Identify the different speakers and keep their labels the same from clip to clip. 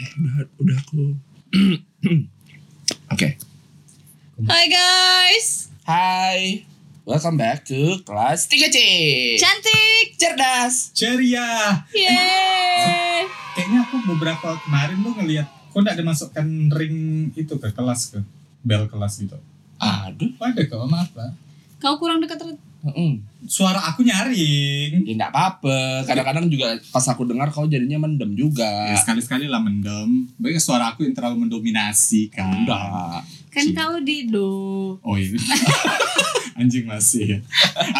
Speaker 1: eh udah udah aku oke
Speaker 2: Hai guys,
Speaker 3: Hai, welcome back to kelas 3C.
Speaker 2: cantik,
Speaker 3: Cerdas.
Speaker 4: Ceria. Eh,
Speaker 2: Iya. yeay.
Speaker 4: Kayaknya aku beberapa kemarin lu ngeliat kok enggak ada masukkan ring itu ke kelas ke bel kelas gitu.
Speaker 3: Aduh,
Speaker 4: Oh, ada kok, maaf lah.
Speaker 2: Kau kurang dekat Red.
Speaker 3: mm.
Speaker 4: Suara aku nyaring.
Speaker 3: ya nggak apa-apa. Kadang-kadang juga pas aku dengar kau jadinya mendem
Speaker 4: Ya,
Speaker 3: juga.
Speaker 4: sekali-sekali lah mendem. Baiknya suara aku yang terlalu mendominasi kan.
Speaker 3: Enggak.
Speaker 2: Kan
Speaker 4: Ci.
Speaker 2: kau di do.
Speaker 4: Oh iya. Anjing masih.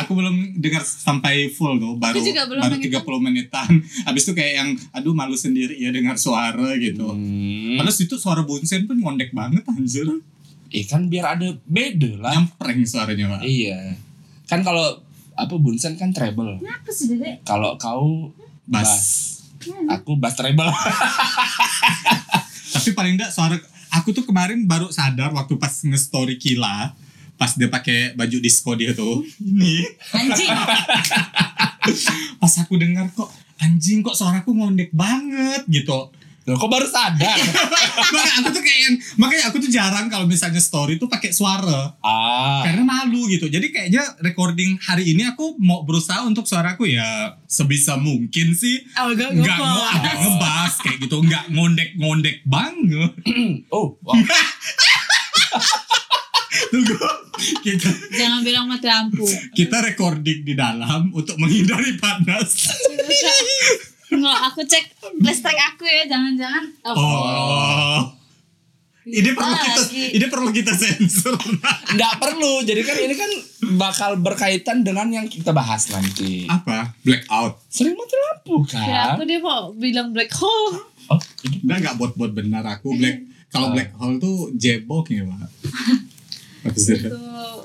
Speaker 4: Aku belum dengar sampai full tuh, baru
Speaker 2: Aku juga belum
Speaker 4: baru
Speaker 2: dengerin.
Speaker 4: 30 menitan. Habis itu kayak yang aduh malu sendiri ya dengar suara gitu.
Speaker 3: Hmm.
Speaker 4: Padahal situ suara bunsen pun ngondek banget anjir.
Speaker 3: Eh kan biar ada beda lah.
Speaker 4: Nyempreng suaranya, Pak.
Speaker 3: Iya. Kan kalau apa Bunsen kan treble.
Speaker 2: Kenapa sih Dedek?
Speaker 3: Kalau kau
Speaker 4: Bas.
Speaker 3: aku bass treble.
Speaker 4: Tapi paling enggak suara aku tuh kemarin baru sadar waktu pas nge-story Kila pas dia pakai baju disco dia tuh. Ini
Speaker 2: Anjing.
Speaker 4: pas aku dengar kok anjing kok suaraku ngondek banget gitu.
Speaker 3: Loh, kok baru sadar?
Speaker 4: makanya aku tuh kayak yang, makanya aku tuh jarang kalau misalnya story tuh pakai suara
Speaker 3: ah.
Speaker 4: karena malu gitu. Jadi kayaknya recording hari ini aku mau berusaha untuk suaraku ya sebisa mungkin sih
Speaker 2: Agak
Speaker 4: nggak mau
Speaker 2: gopa.
Speaker 4: agak ngebas kayak gitu nggak ngondek-ngondek banget.
Speaker 3: Oh, wow.
Speaker 4: Tunggu Gitu. kita
Speaker 2: Jangan bilang mati lampu.
Speaker 4: kita recording di dalam untuk menghindari panas.
Speaker 2: Nggak, aku cek listrik aku ya, jangan-jangan. Oh,
Speaker 4: Oh. Ini perlu kita
Speaker 2: Lagi.
Speaker 4: ini perlu kita sensor.
Speaker 3: nggak perlu. Jadi kan ini kan bakal berkaitan dengan yang kita bahas nanti.
Speaker 4: Apa? Blackout.
Speaker 3: Sering mati lampu
Speaker 2: Kira
Speaker 3: kan?
Speaker 2: Iya, aku dia mau bilang black hole.
Speaker 3: Oh, gitu.
Speaker 4: Enggak enggak bot-bot benar aku black.
Speaker 3: Ah.
Speaker 4: Kalau black hole tuh jebok ya, Pak. Habis itu,
Speaker 2: Tuh.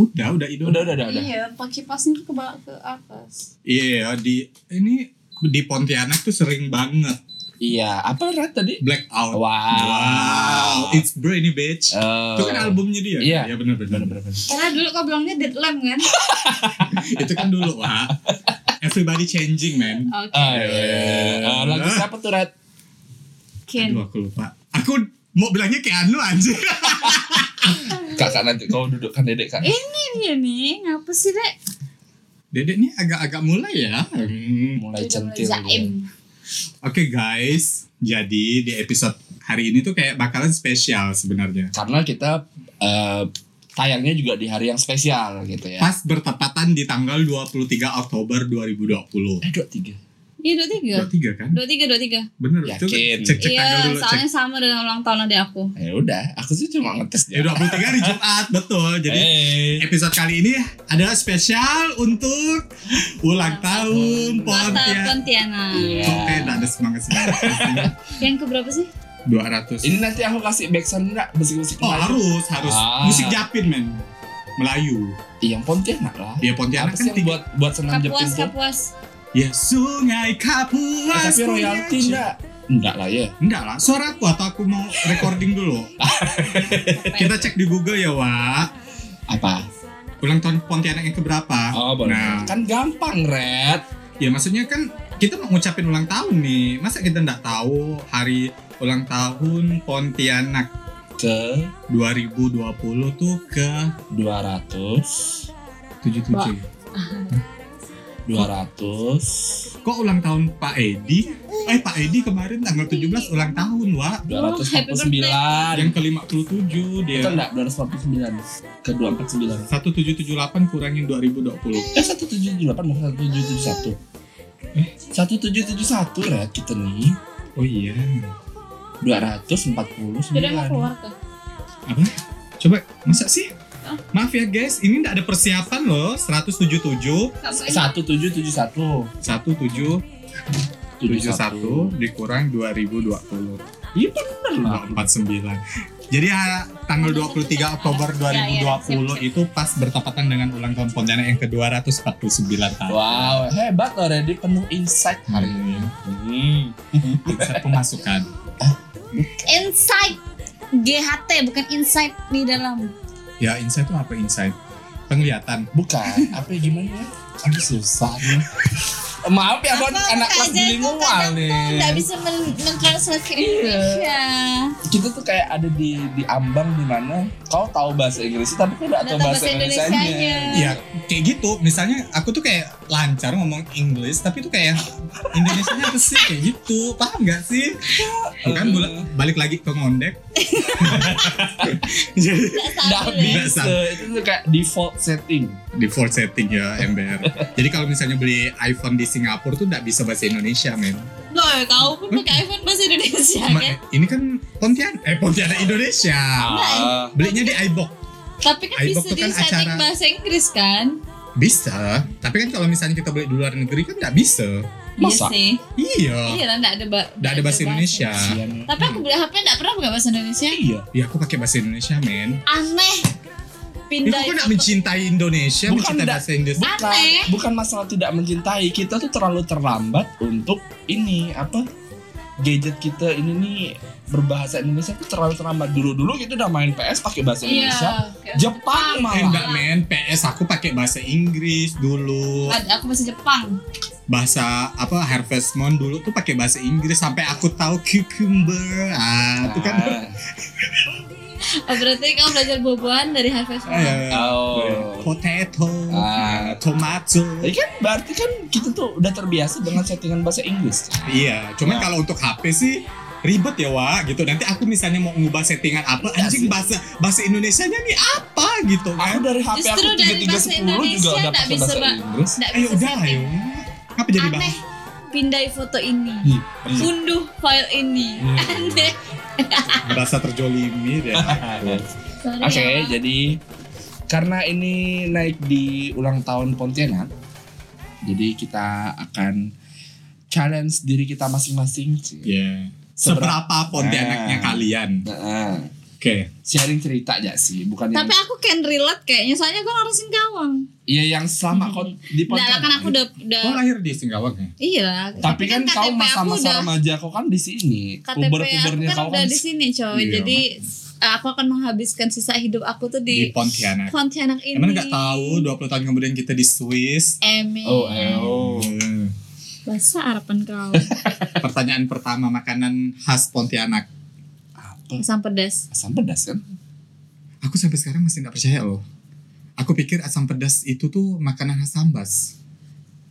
Speaker 4: Udah, udah itu.
Speaker 3: Udah, udah, udah, udah.
Speaker 2: Iya, pakai pasnya ke bawah ke atas.
Speaker 4: Iya, di ini di Pontianak tuh sering banget
Speaker 3: Iya, apa Rat tadi?
Speaker 4: blackout.
Speaker 3: Wow.
Speaker 4: Wow, It's brainy bitch.
Speaker 3: Eh,
Speaker 4: Itu kan albumnya dia.
Speaker 3: Iya.
Speaker 4: ya benar benar.
Speaker 3: bener-bener.
Speaker 2: Karena dulu kau bilangnya deadlamp kan?
Speaker 4: itu kan dulu, Pak. Everybody changing, man.
Speaker 2: Oke.
Speaker 3: Ah, iya, iya, iya. Eh, lagu siapa tuh Rat?
Speaker 2: Ken.
Speaker 4: Aduh aku lupa. Aku mau bilangnya Keanu anjir.
Speaker 3: Kakak nanti kau dudukkan dedek kak.
Speaker 2: Ini dia nih, ngapa sih, Dek?
Speaker 4: Dedek ini agak-agak mulai ya. Hmm.
Speaker 3: Mulai
Speaker 2: Udah mulai
Speaker 3: centil.
Speaker 2: zaim.
Speaker 3: gitu.
Speaker 4: Oke guys, jadi di episode hari ini tuh kayak bakalan spesial sebenarnya.
Speaker 3: Karena kita eh, tayangnya juga di hari yang spesial gitu ya.
Speaker 4: Pas bertepatan di tanggal 23 Oktober 2020.
Speaker 3: Eh, dua tiga.
Speaker 2: Iya, dua tiga.
Speaker 4: 23 kan?
Speaker 2: Dua tiga, dua tiga.
Speaker 4: Bener,
Speaker 3: Yakin.
Speaker 4: cek cek cek tanggal
Speaker 2: Iya,
Speaker 4: dulu cek.
Speaker 2: soalnya sama dengan ulang tahun adik aku.
Speaker 3: Ya udah, aku sih cuma ngetes Eh.
Speaker 4: Ya 23 hari Jumat, betul. Jadi
Speaker 3: Hey.
Speaker 4: episode kali ini adalah spesial untuk ulang tahun
Speaker 2: Kota
Speaker 4: Pontianak.
Speaker 2: Pontianak.
Speaker 3: Iya.
Speaker 4: Oke, enggak ada semangat semangat.
Speaker 2: Yang keberapa sih?
Speaker 4: 200.
Speaker 3: Ini nanti aku kasih back sound enggak musik-musik
Speaker 4: Oh
Speaker 3: Melayu.
Speaker 4: harus harus
Speaker 3: Ah.
Speaker 4: musik Japin men Melayu
Speaker 3: Iya, yang Pontianak lah.
Speaker 4: ya
Speaker 3: Apa
Speaker 4: Pontianak kan
Speaker 3: sih yang
Speaker 4: tiga
Speaker 3: buat buat senam
Speaker 2: Kapuas,
Speaker 3: Jepang tuh?
Speaker 2: kapuas.
Speaker 4: ya Sungai
Speaker 3: Eh,
Speaker 4: Kapuas
Speaker 3: tapi
Speaker 4: punya
Speaker 3: royalti
Speaker 4: Jep-
Speaker 2: ya.
Speaker 3: enggak? Enggak lah ya.
Speaker 4: enggak lah suara aku atau aku mau recording dulu kita cek di Google ya Wak
Speaker 3: Apa?
Speaker 4: ulang tahun Pontianak yang keberapa
Speaker 3: Oh, boleh.
Speaker 4: nah
Speaker 3: Kan gampang, Red.
Speaker 4: ya maksudnya kan kita mau ngucapin ulang tahun nih masa kita enggak tahu hari ulang tahun Pontianak
Speaker 3: Ke
Speaker 4: 2020 tuh ke
Speaker 3: 200
Speaker 4: 77
Speaker 2: Wak.
Speaker 3: 200
Speaker 2: Oh,
Speaker 4: kok ulang tahun Pak Edi eh
Speaker 2: Iya.
Speaker 4: Pak Edi kemarin tanggal 17 ulang tahun Wak
Speaker 3: 249
Speaker 4: yang ke 57 dia
Speaker 3: Itu Kan enggak 249 Ke 249
Speaker 4: 1778 kurangin 2020
Speaker 3: Eh 1778 bukan 1771 Eh, 1771 Red kita nih
Speaker 4: oh iya
Speaker 3: 249
Speaker 2: Udah mau keluar tuh.
Speaker 4: apa coba masa sih maaf ya guys ini nggak ada persiapan loh 177
Speaker 3: 1771
Speaker 4: 1771 dikurang 2020
Speaker 3: Iya bener lah
Speaker 4: 249 jadi ha- tanggal 23 Oktober
Speaker 2: Ya, ya, siap,
Speaker 4: 2020 itu pas bertepatan dengan ulang tahun Pontianak yang ke-249 tahun.
Speaker 3: Wow, hebat loh Reddy penuh insight hari ini. Hmm.
Speaker 4: Iya, Bisa pemasukan.
Speaker 2: Inside GHT bukan inside di dalam.
Speaker 4: Ya, insight itu apa insight? Penglihatan.
Speaker 3: Bukan, apa ya, gimana ya? Aduh susah nih. Maaf ya buat anak kelas
Speaker 2: aja
Speaker 3: bilingual
Speaker 2: tuh kadang
Speaker 3: nih.
Speaker 2: tuh nggak bisa men- mentranslate ke Indonesia.
Speaker 3: kita tuh kayak ada di di ambang di mana kau tahu bahasa Inggris tapi kau nggak tahu bahasa, Indonesia
Speaker 2: Indonesianya.
Speaker 4: Iya, kayak gitu. Misalnya aku tuh kayak lancar ngomong English, tapi tuh kayak Indonesia apa sih kayak gitu. Paham gak sih? Bukan bula- balik lagi ke ngondek. Jadi
Speaker 2: Nggak
Speaker 3: Nggak
Speaker 2: salah ya.
Speaker 3: bisa. Itu tuh kayak default setting.
Speaker 4: default setting ya MBR. Jadi kalau misalnya beli iPhone di Singapura tuh nggak bisa bahasa Indonesia, men.
Speaker 2: Boy, kau pun pakai iPhone bahasa Indonesia
Speaker 4: Ma-
Speaker 2: kan?
Speaker 4: ini kan Pontianak, eh Pontianak Indonesia.
Speaker 3: Ah,
Speaker 4: Belinya di iBook.
Speaker 2: Tapi kan
Speaker 4: iBook
Speaker 2: bisa
Speaker 4: tuh
Speaker 2: di
Speaker 4: kan
Speaker 2: setting
Speaker 4: acara-
Speaker 2: bahasa Inggris kan?
Speaker 4: Bisa, tapi kan kalau misalnya kita beli di luar negeri kan nggak bisa.
Speaker 3: Masa?
Speaker 2: Iya sih.
Speaker 4: Iya,
Speaker 2: Iya lah, nggak ada, ba-
Speaker 4: nggak ada
Speaker 3: Iya,
Speaker 4: bahasa Indonesia.
Speaker 3: kasihan ya.
Speaker 2: Tapi aku beli HP nggak pernah pakai bahasa Indonesia.
Speaker 3: Iya.
Speaker 4: Ya aku pakai bahasa Indonesia, men.
Speaker 2: Aneh.
Speaker 4: Ya,
Speaker 2: Pindah.
Speaker 4: aku
Speaker 2: itu
Speaker 4: nggak mencintai Indonesia,
Speaker 3: Bukan
Speaker 4: mencintai
Speaker 3: nggak-
Speaker 4: bahasa Indonesia.
Speaker 3: Bukan,
Speaker 2: Aneh.
Speaker 3: bukan masalah tidak mencintai kita tuh terlalu terlambat untuk ini apa gadget kita ini nih berbahasa Indonesia tuh terlalu terlambat dulu dulu kita udah main PS pakai bahasa
Speaker 2: Iya.
Speaker 3: Indonesia
Speaker 2: kayak-
Speaker 3: Jepang
Speaker 4: Eh,
Speaker 3: malah
Speaker 4: enggak, men. PS aku pakai bahasa Inggris dulu.
Speaker 2: Ad- Aku masih Jepang.
Speaker 4: Bahasa apa Harvest Moon dulu tuh pakai bahasa Inggris sampai aku tahu cucumber. Ah, itu kan.
Speaker 3: Ah,
Speaker 2: Oh, berarti kamu belajar buah-buahan dari Harvest Moon.
Speaker 4: eh,
Speaker 3: oh.
Speaker 4: Potato,
Speaker 3: Ah.
Speaker 4: tomato.
Speaker 3: Ya kan berarti kan kita tuh udah terbiasa dengan settingan bahasa Inggris.
Speaker 4: Iya, cuman
Speaker 3: Ya.
Speaker 4: kalau untuk HP sih ribet ya Wak gitu. Nanti aku misalnya mau ngubah settingan apa,
Speaker 3: Iya sih.
Speaker 4: anjing bahasa bahasa Indonesianya nih apa gitu
Speaker 3: Aku
Speaker 4: kan.
Speaker 3: dari HP
Speaker 2: Justru
Speaker 3: aku
Speaker 2: dari
Speaker 3: tiga tiga
Speaker 2: bahasa
Speaker 3: sepuluh juga
Speaker 2: Indonesia
Speaker 3: udah
Speaker 2: nggak
Speaker 3: pakai
Speaker 2: bisa,
Speaker 3: bahasa
Speaker 2: Mbak.
Speaker 3: Inggris.
Speaker 2: Nggak
Speaker 4: Ayo
Speaker 2: bisa
Speaker 4: Eh, udah
Speaker 2: setting.
Speaker 4: ayo. Apa jadi
Speaker 2: Aneh.
Speaker 4: bahas?
Speaker 2: Pindai foto ini.
Speaker 3: Ih, bener.
Speaker 2: Unduh file ini.
Speaker 4: Iya.
Speaker 2: Aneh.
Speaker 4: Merasa Hmm, terjolimi ya. deh.
Speaker 2: Sorry
Speaker 3: Oke,
Speaker 2: ya.
Speaker 3: jadi karena ini naik di ulang tahun Pontianak, jadi kita akan challenge diri kita masing-masing. sih.
Speaker 4: Iya.
Speaker 3: Seberapa-
Speaker 4: Seberapa Pontianaknya
Speaker 3: Nah.
Speaker 4: kalian?
Speaker 3: Nah,
Speaker 4: Oke.
Speaker 3: sharing cerita aja sih, bukan yang
Speaker 2: Tapi aku can relate kayaknya soalnya gue ngurusin gawang.
Speaker 3: iya yang selama kau di
Speaker 2: Nah, lah,
Speaker 3: Pontianak. gitu.
Speaker 2: kan aku udah udah
Speaker 4: Kau lahir di Singawang ya?
Speaker 2: iya lah.
Speaker 3: Tapi kan kau
Speaker 2: KTP aku
Speaker 3: masa-masa
Speaker 2: udah
Speaker 3: remaja kau kan di sini.
Speaker 2: KTP aku
Speaker 3: Puber-pubernya
Speaker 2: kan
Speaker 3: kau
Speaker 2: udah
Speaker 3: kan
Speaker 2: di
Speaker 3: di-
Speaker 2: sini coy.
Speaker 4: Iya,
Speaker 2: Jadi eh, aku akan menghabiskan sisa hidup aku tuh
Speaker 4: Di
Speaker 2: di,
Speaker 4: Pontianak.
Speaker 2: Pontianak ini.
Speaker 4: Emang nggak tahu 20 tahun kemudian kita di Swiss.
Speaker 2: Emi.
Speaker 3: Oh, eh, oh.
Speaker 4: Hmm.
Speaker 2: Bahasa harapan kau.
Speaker 4: Pertanyaan pertama makanan khas Pontianak.
Speaker 3: Apa?
Speaker 2: Asam pedas.
Speaker 3: Asam pedas kan?
Speaker 4: Aku sampai sekarang masih nggak percaya loh. Aku pikir asam pedas itu tuh makanan khas Sambas.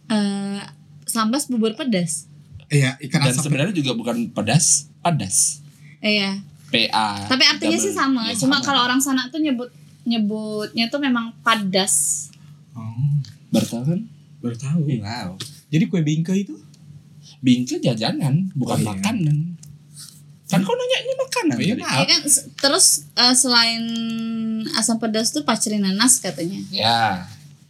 Speaker 2: Eh, sambas bubur pedas.
Speaker 4: Iya, ikan
Speaker 3: Dan
Speaker 4: asam pedas.
Speaker 3: sebenarnya juga bukan pedas, pedas.
Speaker 2: Iya.
Speaker 3: PA.
Speaker 2: Tapi artinya sih
Speaker 3: Ya,
Speaker 2: sama. Cuma kalau orang sana tuh nyebut nyebutnya tuh memang padas.
Speaker 4: Oh,
Speaker 3: bertahan
Speaker 4: baru tahu.
Speaker 3: Wow.
Speaker 4: Jadi kue bingke itu?
Speaker 3: Bingke jajanan, bukan
Speaker 4: Oh, iya.
Speaker 3: makanan. Kan kau nanya ini makanan.
Speaker 4: Oh, iya,
Speaker 3: tadi.
Speaker 4: Maaf.
Speaker 2: Ya kan s- terus eh, selain asam pedas tuh pacerin nanas katanya.
Speaker 3: Ya.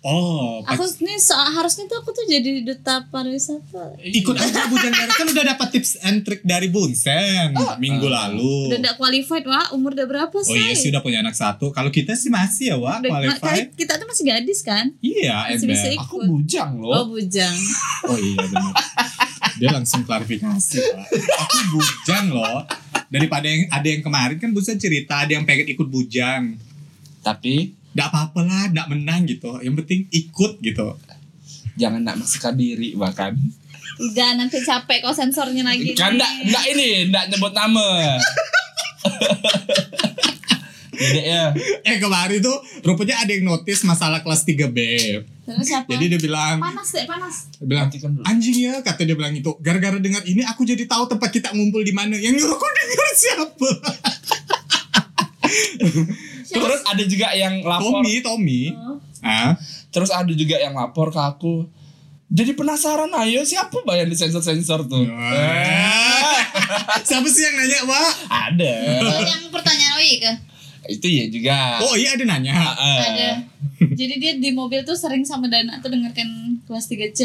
Speaker 4: Oh,
Speaker 2: Aku nih so, harusnya tuh aku tuh jadi duta pariwisata.
Speaker 4: ikut aja Bujan Merah kan udah dapat tips and trick dari Bunsen minggu lalu.
Speaker 2: Udah gak qualified wah umur udah berapa
Speaker 4: Oh
Speaker 2: sih?
Speaker 4: iya sih udah punya anak satu. Kalau kita sih masih ya Wak,
Speaker 2: Udah-
Speaker 4: qualified.
Speaker 2: ma- kita tuh masih gadis kan?
Speaker 4: Iya,
Speaker 2: Masih bisa
Speaker 4: Ember.
Speaker 2: ikut.
Speaker 3: Aku bujang
Speaker 2: Oh,
Speaker 3: loh.
Speaker 2: bujang.
Speaker 4: Oh iya benar. Dia langsung klarifikasi. Wak. Aku bujang loh. Daripada yang ada yang kemarin kan Bunsen cerita ada yang pengen ikut bujang.
Speaker 3: Tapi
Speaker 4: Nggak apa-apa lah, nggak menang gitu. Yang penting ikut gitu.
Speaker 3: jangan nak masukkan diri bahkan.
Speaker 2: Udah nanti capek kok sensornya lagi.
Speaker 3: Kan
Speaker 2: nih.
Speaker 3: enggak enggak ini, enggak nyebut nama. Dedek ya.
Speaker 4: Eh kemarin tuh rupanya ada yang notice masalah kelas 3B.
Speaker 2: Terus siapa?
Speaker 4: Jadi dia bilang,
Speaker 2: panas deh, panas.
Speaker 4: dia bilang
Speaker 3: Matikan dulu.
Speaker 4: anjing ya kata dia bilang itu. Gara-gara dengar ini aku jadi tahu tempat kita ngumpul di mana. Yang nyuruh kau denger siapa?
Speaker 3: Terus ada juga yang lapor.
Speaker 4: Tommy, Tommy.
Speaker 2: Oh.
Speaker 4: Ah,
Speaker 3: Terus ada juga yang lapor ke aku. Jadi penasaran ayo siapa bayar di sensor-sensor tuh.
Speaker 4: Ya.
Speaker 3: Eh,
Speaker 4: Wah. siapa sih yang nanya, Wak?
Speaker 3: Ada.
Speaker 2: Oh, yang pertanyaan Oi ke?
Speaker 3: Itu ya juga. Eh.
Speaker 4: Oh iya ada nanya.
Speaker 3: Heeh.
Speaker 2: Ada.
Speaker 4: Oh.
Speaker 2: Jadi dia di mobil tuh sering sama Dana tuh dengarkan kelas 3 C.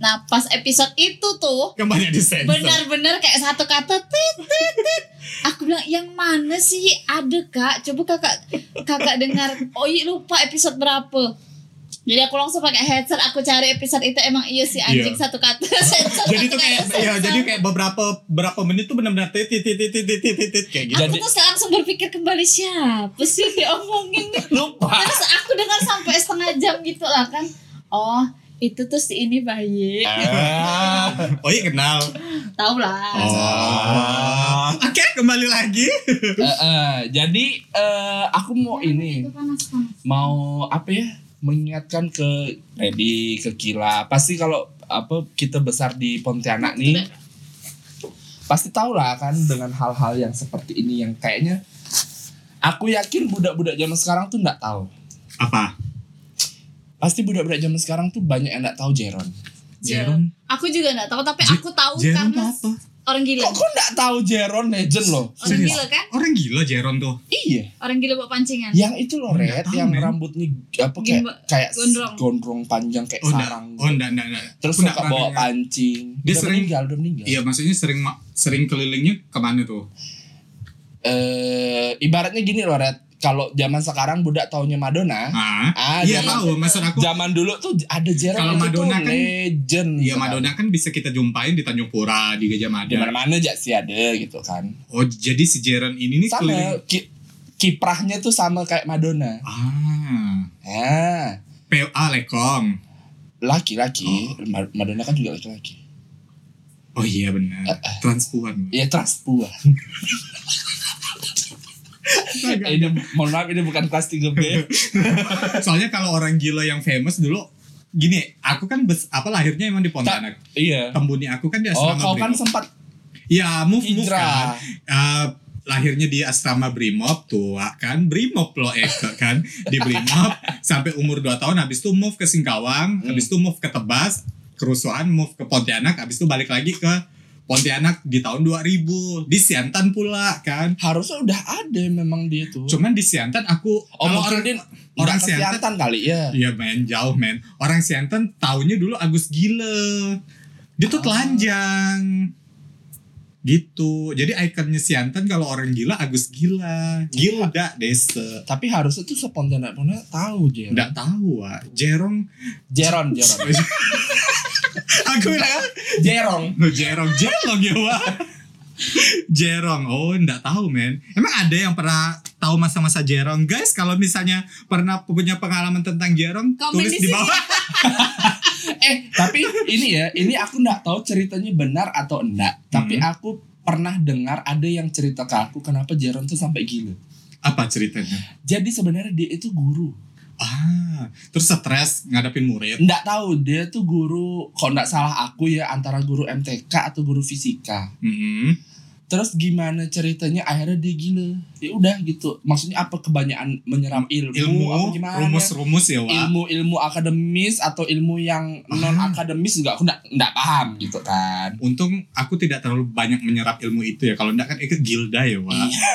Speaker 2: Nah, pas episode itu tuh
Speaker 4: Yang Kan banyak di sensor.
Speaker 2: benar-benar kayak satu kata tit tit tit. Aku bilang yang mana sih ada kak? Coba kakak kakak dengar. Oh iya lupa episode berapa. Jadi aku langsung pakai headset aku cari episode itu emang iya sih anjing
Speaker 4: Iya.
Speaker 2: satu kata sensor.
Speaker 4: Jadi tuh
Speaker 2: satu kata,
Speaker 4: kayak ya
Speaker 2: sensor.
Speaker 4: jadi kayak beberapa beberapa menit tuh benar-benar titit titit titit titit titit, kayak gitu.
Speaker 3: Jadi-
Speaker 2: Aku tuh langsung berpikir kembali siapa sih yang diomongin nih?
Speaker 3: Lupa.
Speaker 2: Terus aku dengar sampai setengah jam gitu lah kan. Oh, itu tuh si ini bayi
Speaker 3: Ah.
Speaker 4: oh iya kenal Oh.
Speaker 2: tau lah
Speaker 3: Oh. Ah.
Speaker 4: oke kembali lagi
Speaker 3: Eh, eh, jadi eh, aku mau ini
Speaker 2: Itu panas, panas.
Speaker 3: mau apa ya mengingatkan ke Edi ke Kila pasti kalau apa kita besar di Pontianak nih pasti tahu lah kan dengan hal-hal yang seperti ini yang kayaknya aku yakin budak-budak zaman sekarang tuh nggak tahu
Speaker 4: apa
Speaker 3: pasti budak-budak zaman sekarang tuh banyak yang nggak tahu Jeron
Speaker 4: Jerome
Speaker 2: aku juga nggak tahu tapi
Speaker 4: Je-
Speaker 2: aku tahu
Speaker 4: Jerome
Speaker 2: karena
Speaker 4: tuh apa
Speaker 2: orang gila
Speaker 3: kok kok nggak tahu Jeron legend loh
Speaker 2: orang
Speaker 4: Serius?
Speaker 2: gila kan
Speaker 4: orang gila Jerome tuh
Speaker 3: iya
Speaker 2: orang gila buat pancingan
Speaker 3: yang itu loh
Speaker 4: Nggak
Speaker 3: Red
Speaker 4: tahu,
Speaker 3: yang
Speaker 4: men.
Speaker 3: rambutnya apa kayak
Speaker 2: Gimba-
Speaker 3: kayak
Speaker 2: gondrong.
Speaker 3: gondrong panjang kayak
Speaker 4: oh enggak
Speaker 3: sarang gitu.
Speaker 4: oh enggak enggak, enggak.
Speaker 3: terus
Speaker 4: Aku enggak
Speaker 3: suka
Speaker 4: pernah
Speaker 3: bawa
Speaker 4: dengar.
Speaker 3: pancing
Speaker 4: Dia
Speaker 3: udah
Speaker 4: sering-
Speaker 3: meninggal udah meninggal
Speaker 4: iya maksudnya sering ma- sering kelilingnya kemana tuh
Speaker 3: eh ibaratnya gini loh Red kalau zaman sekarang budak taunya Madonna
Speaker 4: ah
Speaker 3: ah
Speaker 4: iya
Speaker 3: zaman,
Speaker 4: tahu maksud aku
Speaker 3: zaman dulu tuh ada Jerome
Speaker 4: Kalau
Speaker 3: itu
Speaker 4: Madonna
Speaker 3: tuh
Speaker 4: kan-
Speaker 3: legend
Speaker 4: Iya Madonna kan bisa kita jumpain di Tanjung Pura di Gajah
Speaker 3: di
Speaker 4: Mada.
Speaker 3: mana mana aja sih ada gitu kan
Speaker 4: Oh jadi si Jaren ini nih
Speaker 3: sama
Speaker 4: keliling.
Speaker 3: ki- kiprahnya tuh sama kayak Madonna
Speaker 4: Ah,
Speaker 3: ah
Speaker 4: PA Lekong.
Speaker 3: laki-laki Ma- Madonna kan juga laki-laki
Speaker 4: Oh iya
Speaker 3: Eh,
Speaker 4: benar. Transpuan.
Speaker 3: ya transpuan Eh, ini
Speaker 4: Iya.
Speaker 3: mohon maaf ini bukan kelas 3 B
Speaker 4: Soalnya kalau orang gila yang famous dulu gini, aku kan bes, apa lahirnya emang di Pontianak.
Speaker 3: iya
Speaker 4: Tembuni aku kan di
Speaker 3: oh
Speaker 4: asrama
Speaker 3: kau kan
Speaker 4: Brimob.
Speaker 3: sempat
Speaker 4: Iya, move move kan.
Speaker 3: Indra
Speaker 4: Eh, lahirnya di asrama Brimob tua kan Brimob loh Eka kan di Brimob sampai umur 2 tahun habis itu move ke
Speaker 3: Hmm.
Speaker 4: Singkawang habis itu move ke Tebas kerusuhan move ke Pontianak habis itu balik lagi ke Pontianak di tahun 2000 di Siantan pula kan
Speaker 3: harusnya udah ada memang dia tuh
Speaker 4: cuman di Siantan aku
Speaker 3: Oh, mungkin
Speaker 4: kalau orang
Speaker 3: dia
Speaker 4: orang
Speaker 3: orang
Speaker 4: Siantan-
Speaker 3: Siantan kali ya.
Speaker 4: Iya men, jauh men. Orang Siantan taunya dulu Agus Gile. Dia tuh
Speaker 3: Ah.
Speaker 4: telanjang. Gitu. Jadi ikonnya Siantan kalau orang gila Agus Gila. Gilda Dese.
Speaker 3: Tapi harusnya tuh spontan anak Pona tahu Jer.
Speaker 4: Nggak tahu, Wak. Jerong.
Speaker 3: Jeron, Jeron.
Speaker 4: Aku bilang apa?
Speaker 3: Jerong.
Speaker 4: Loh, Jerong, Jerong ya, Wak. Jerong, oh nggak tahu men Emang ada yang pernah tahu masa-masa Jerong Guys kalau misalnya pernah punya pengalaman tentang Jerong
Speaker 2: Komen
Speaker 4: Tulis
Speaker 2: di
Speaker 4: di
Speaker 2: sini.
Speaker 4: bawah
Speaker 3: Eh, tapi ini ya, ini aku nggak tahu ceritanya benar atau enggak. Tapi aku pernah dengar ada yang cerita ke aku kenapa Jeron tuh sampai gila.
Speaker 4: Apa ceritanya?
Speaker 3: Jadi sebenarnya dia itu guru.
Speaker 4: Ah, terus stres ngadapin murid
Speaker 3: Nggak tahu dia tuh guru, kalau nggak salah aku ya antara guru MTK atau guru fisika.
Speaker 4: Mm-mm.
Speaker 3: Terus gimana ceritanya akhirnya dia gila. Ya udah gitu. Maksudnya apa kebanyakan menyerap ilmu, apa
Speaker 4: ilmu
Speaker 3: gimana?
Speaker 4: rumus-rumus ya Wak
Speaker 3: ilmu ilmu akademis atau ilmu yang
Speaker 4: Ah.
Speaker 3: non akademis juga aku nggak nggak paham gitu kan
Speaker 4: untung aku tidak terlalu banyak menyerap ilmu itu ya kalau enggak kan ikut gilda ya Wak
Speaker 3: Iya.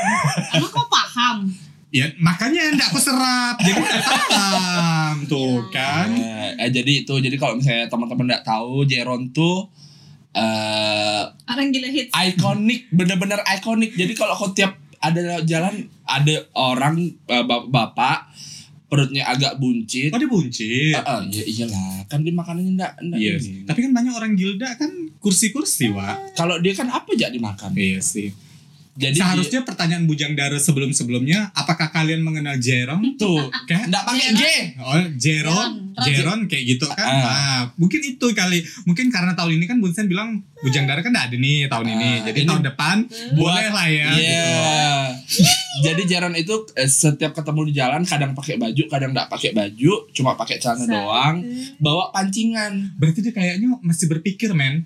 Speaker 2: emang kau paham
Speaker 4: ya makanya enggak aku serap jadi enggak paham tuh
Speaker 2: Iya.
Speaker 4: kan
Speaker 3: Eh, eh, jadi itu jadi kalau misalnya teman-teman nggak tahu Jeron tuh eh
Speaker 2: orang gila hits
Speaker 3: ikonik bener-bener ikonik jadi kalau kau tiap ada jalan ada orang eh, bap- bapak perutnya agak buncit
Speaker 4: oh dia buncit
Speaker 3: Eh, eh, ya iyalah kan dia makanannya nggak nggak
Speaker 4: Iya
Speaker 3: ini.
Speaker 4: sih. tapi kan banyak orang gilda kan kursi-kursi Wak
Speaker 3: kalau dia kan apa jadi makan
Speaker 4: iya sih
Speaker 3: jadi
Speaker 4: seharusnya pertanyaan bujang dara sebelum-sebelumnya apakah kalian mengenal Jerong
Speaker 3: dia- tuh
Speaker 4: kan
Speaker 3: nggak pakai
Speaker 2: Jeron.
Speaker 3: J
Speaker 4: Oh, Jeron,
Speaker 2: Jeron.
Speaker 4: Jeron kayak gitu kan.
Speaker 3: Ah.
Speaker 4: Nah, mungkin itu kali. Mungkin karena tahun ini kan Bunsen bilang Bujang Dara kan gak ada nih tahun ini.
Speaker 3: Ah,
Speaker 4: Jadi
Speaker 3: ini-
Speaker 4: tahun depan boleh lah ya.
Speaker 3: Iya.
Speaker 4: gitu loh.
Speaker 3: Jadi Jaron itu eh, setiap ketemu di jalan kadang pakai baju, kadang nggak pakai baju, cuma pakai celana doang, bawa pancingan.
Speaker 4: Berarti dia kayaknya masih berpikir, men.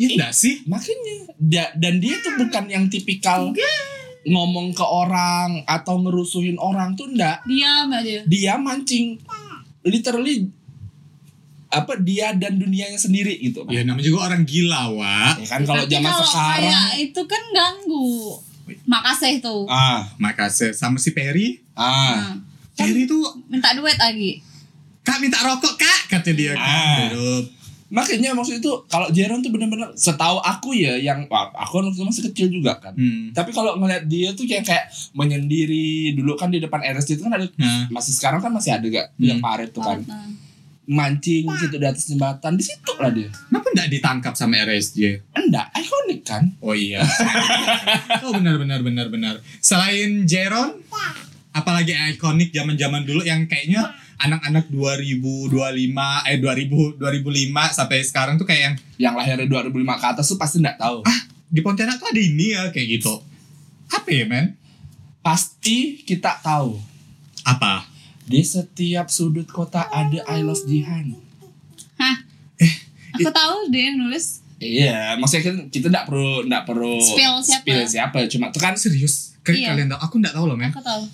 Speaker 4: Ya enggak sih?
Speaker 3: Makanya da- dan dia tuh bukan yang tipikal ngomong ke orang atau ngerusuhin orang tuh enggak.
Speaker 2: diam aja
Speaker 3: Dia mancing literally apa dia dan dunianya sendiri gitu.
Speaker 4: Ya namanya juga orang gila,
Speaker 3: Ya
Speaker 4: Wak.
Speaker 3: kan kalau
Speaker 2: Tapi
Speaker 3: zaman sekarang
Speaker 2: kayak itu kan ganggu makasih tuh
Speaker 3: ah
Speaker 4: Makasih sama si Perry.
Speaker 3: ah
Speaker 2: Nah,
Speaker 4: Perry tuh,
Speaker 2: minta duet lagi
Speaker 4: "Kak minta rokok, Kak," kata
Speaker 3: Ah.
Speaker 4: dia kan. Aduh.
Speaker 3: Makanya maksud itu kalau Jaron tuh bener-bener setahu aku ya yang wah, aku kan waktu itu masih kecil juga kan.
Speaker 4: Hmm.
Speaker 3: Tapi kalau ngeliat dia tuh kayak kayak menyendiri dulu kan di depan RSC itu kan ada
Speaker 4: Nah,
Speaker 3: masih sekarang kan masih ada gak
Speaker 4: Hmm.
Speaker 3: yang parit tuh kan
Speaker 2: Nah,
Speaker 3: mancing di situ di atas jembatan di situ lah dia.
Speaker 4: kenapa enggak ditangkap sama RSJ?
Speaker 3: Enggak, ikonik kan.
Speaker 4: Oh iya. oh benar benar benar benar. Selain Jeron, apalagi ikonik zaman-zaman dulu yang kayaknya anak-anak 2025 eh 2000 2005 sampai sekarang tuh kayak yang
Speaker 3: yang lahirnya 2005 ke atas tuh pasti nggak tahu
Speaker 4: di Pontianak tuh ada ini ya kayak gitu. Apa ya, men?
Speaker 3: pasti kita tahu
Speaker 4: Apa?
Speaker 3: di setiap sudut kota ada I love Jihan
Speaker 2: Hah? Aku tahu dia yang nulis.
Speaker 3: iya maksudnya kita kita nggak perlu nggak perlu
Speaker 2: Spill siapa?
Speaker 3: spill siapa cuma tuh kan
Speaker 4: Serius? Kayak
Speaker 2: Iya.
Speaker 4: kalian tahu? Aku nggak tahu loh,
Speaker 3: Eh?
Speaker 4: men.
Speaker 2: Aku tahu.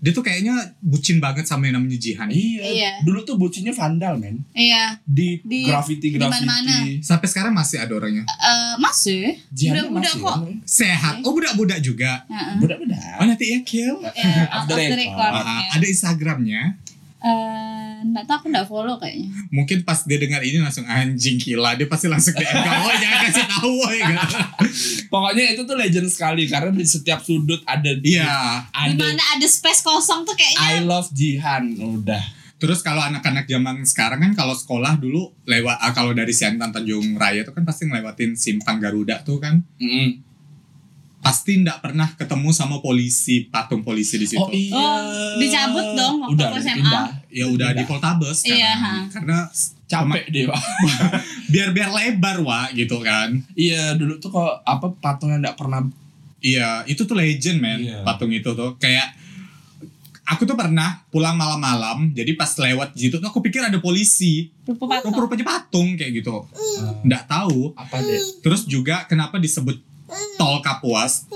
Speaker 4: Dia tuh kayaknya bucin banget sama yang namanya Jihan.
Speaker 3: iya,
Speaker 2: Iya.
Speaker 3: dulu tuh bucinya vandal men
Speaker 2: Iya.
Speaker 3: di,
Speaker 2: Di-
Speaker 3: graffiti
Speaker 2: di
Speaker 3: graffiti
Speaker 2: mana-mana.
Speaker 4: Sampai sekarang masih ada orangnya.
Speaker 2: Eh, masih.
Speaker 3: Jihannya
Speaker 2: Budak-budak
Speaker 3: masih,
Speaker 2: kok.
Speaker 3: men.
Speaker 4: Sehat. Oh, budak-budak juga.
Speaker 2: Heeh.
Speaker 3: budak-budak
Speaker 4: Oh, nanti ya, kill.
Speaker 2: Iya,
Speaker 3: After
Speaker 2: after
Speaker 3: record.
Speaker 2: record.
Speaker 4: Ah,
Speaker 2: Iya.
Speaker 4: ada Instagramnya.
Speaker 2: Eh, nggak tahu aku nggak follow kayaknya.
Speaker 4: Mungkin pas dia dengar ini langsung anjing gila. Dia pasti langsung DM ke Oh, jangan kasih tahu, Gitu. woy.
Speaker 3: pokoknya itu tuh legend sekali karena di setiap sudut ada
Speaker 4: Iya.
Speaker 2: Di
Speaker 3: ada
Speaker 2: mana ya? ada space kosong tuh
Speaker 3: I
Speaker 2: kayaknya.
Speaker 3: love Jihan udah
Speaker 4: Terus kalau anak-anak zaman sekarang kan kalau sekolah dulu lewat ah, kalau dari Siantan Tanjung Raya tuh kan pasti ngelewatin simpang Garuda tuh kan
Speaker 3: Mm.
Speaker 4: pasti ndak pernah ketemu sama polisi patung polisi di situ.
Speaker 3: Oh iya.
Speaker 2: Oh, dicabut dong waktu
Speaker 3: udah,
Speaker 2: aku
Speaker 3: udah
Speaker 2: SMA.
Speaker 3: pindah.
Speaker 4: Ya udah di
Speaker 3: Pindah.
Speaker 4: Poltabes sekarang.
Speaker 2: Iya, ha.
Speaker 4: Karena
Speaker 3: capek deh Pak.
Speaker 4: biar biar lebar wa gitu kan.
Speaker 3: Iya dulu tuh kok apa patungnya nggak pernah
Speaker 4: Iya, itu tuh legend men
Speaker 3: Iya.
Speaker 4: patung itu tuh kayak aku tuh pernah pulang malam-malam jadi pas lewat di situ tuh aku pikir ada polisi.
Speaker 2: Rupa patung.
Speaker 4: Rupa-rupanya patung kayak gitu.
Speaker 3: eh,
Speaker 4: Ndak tahu
Speaker 3: apa deh.
Speaker 4: Terus juga kenapa disebut tol Kapuas?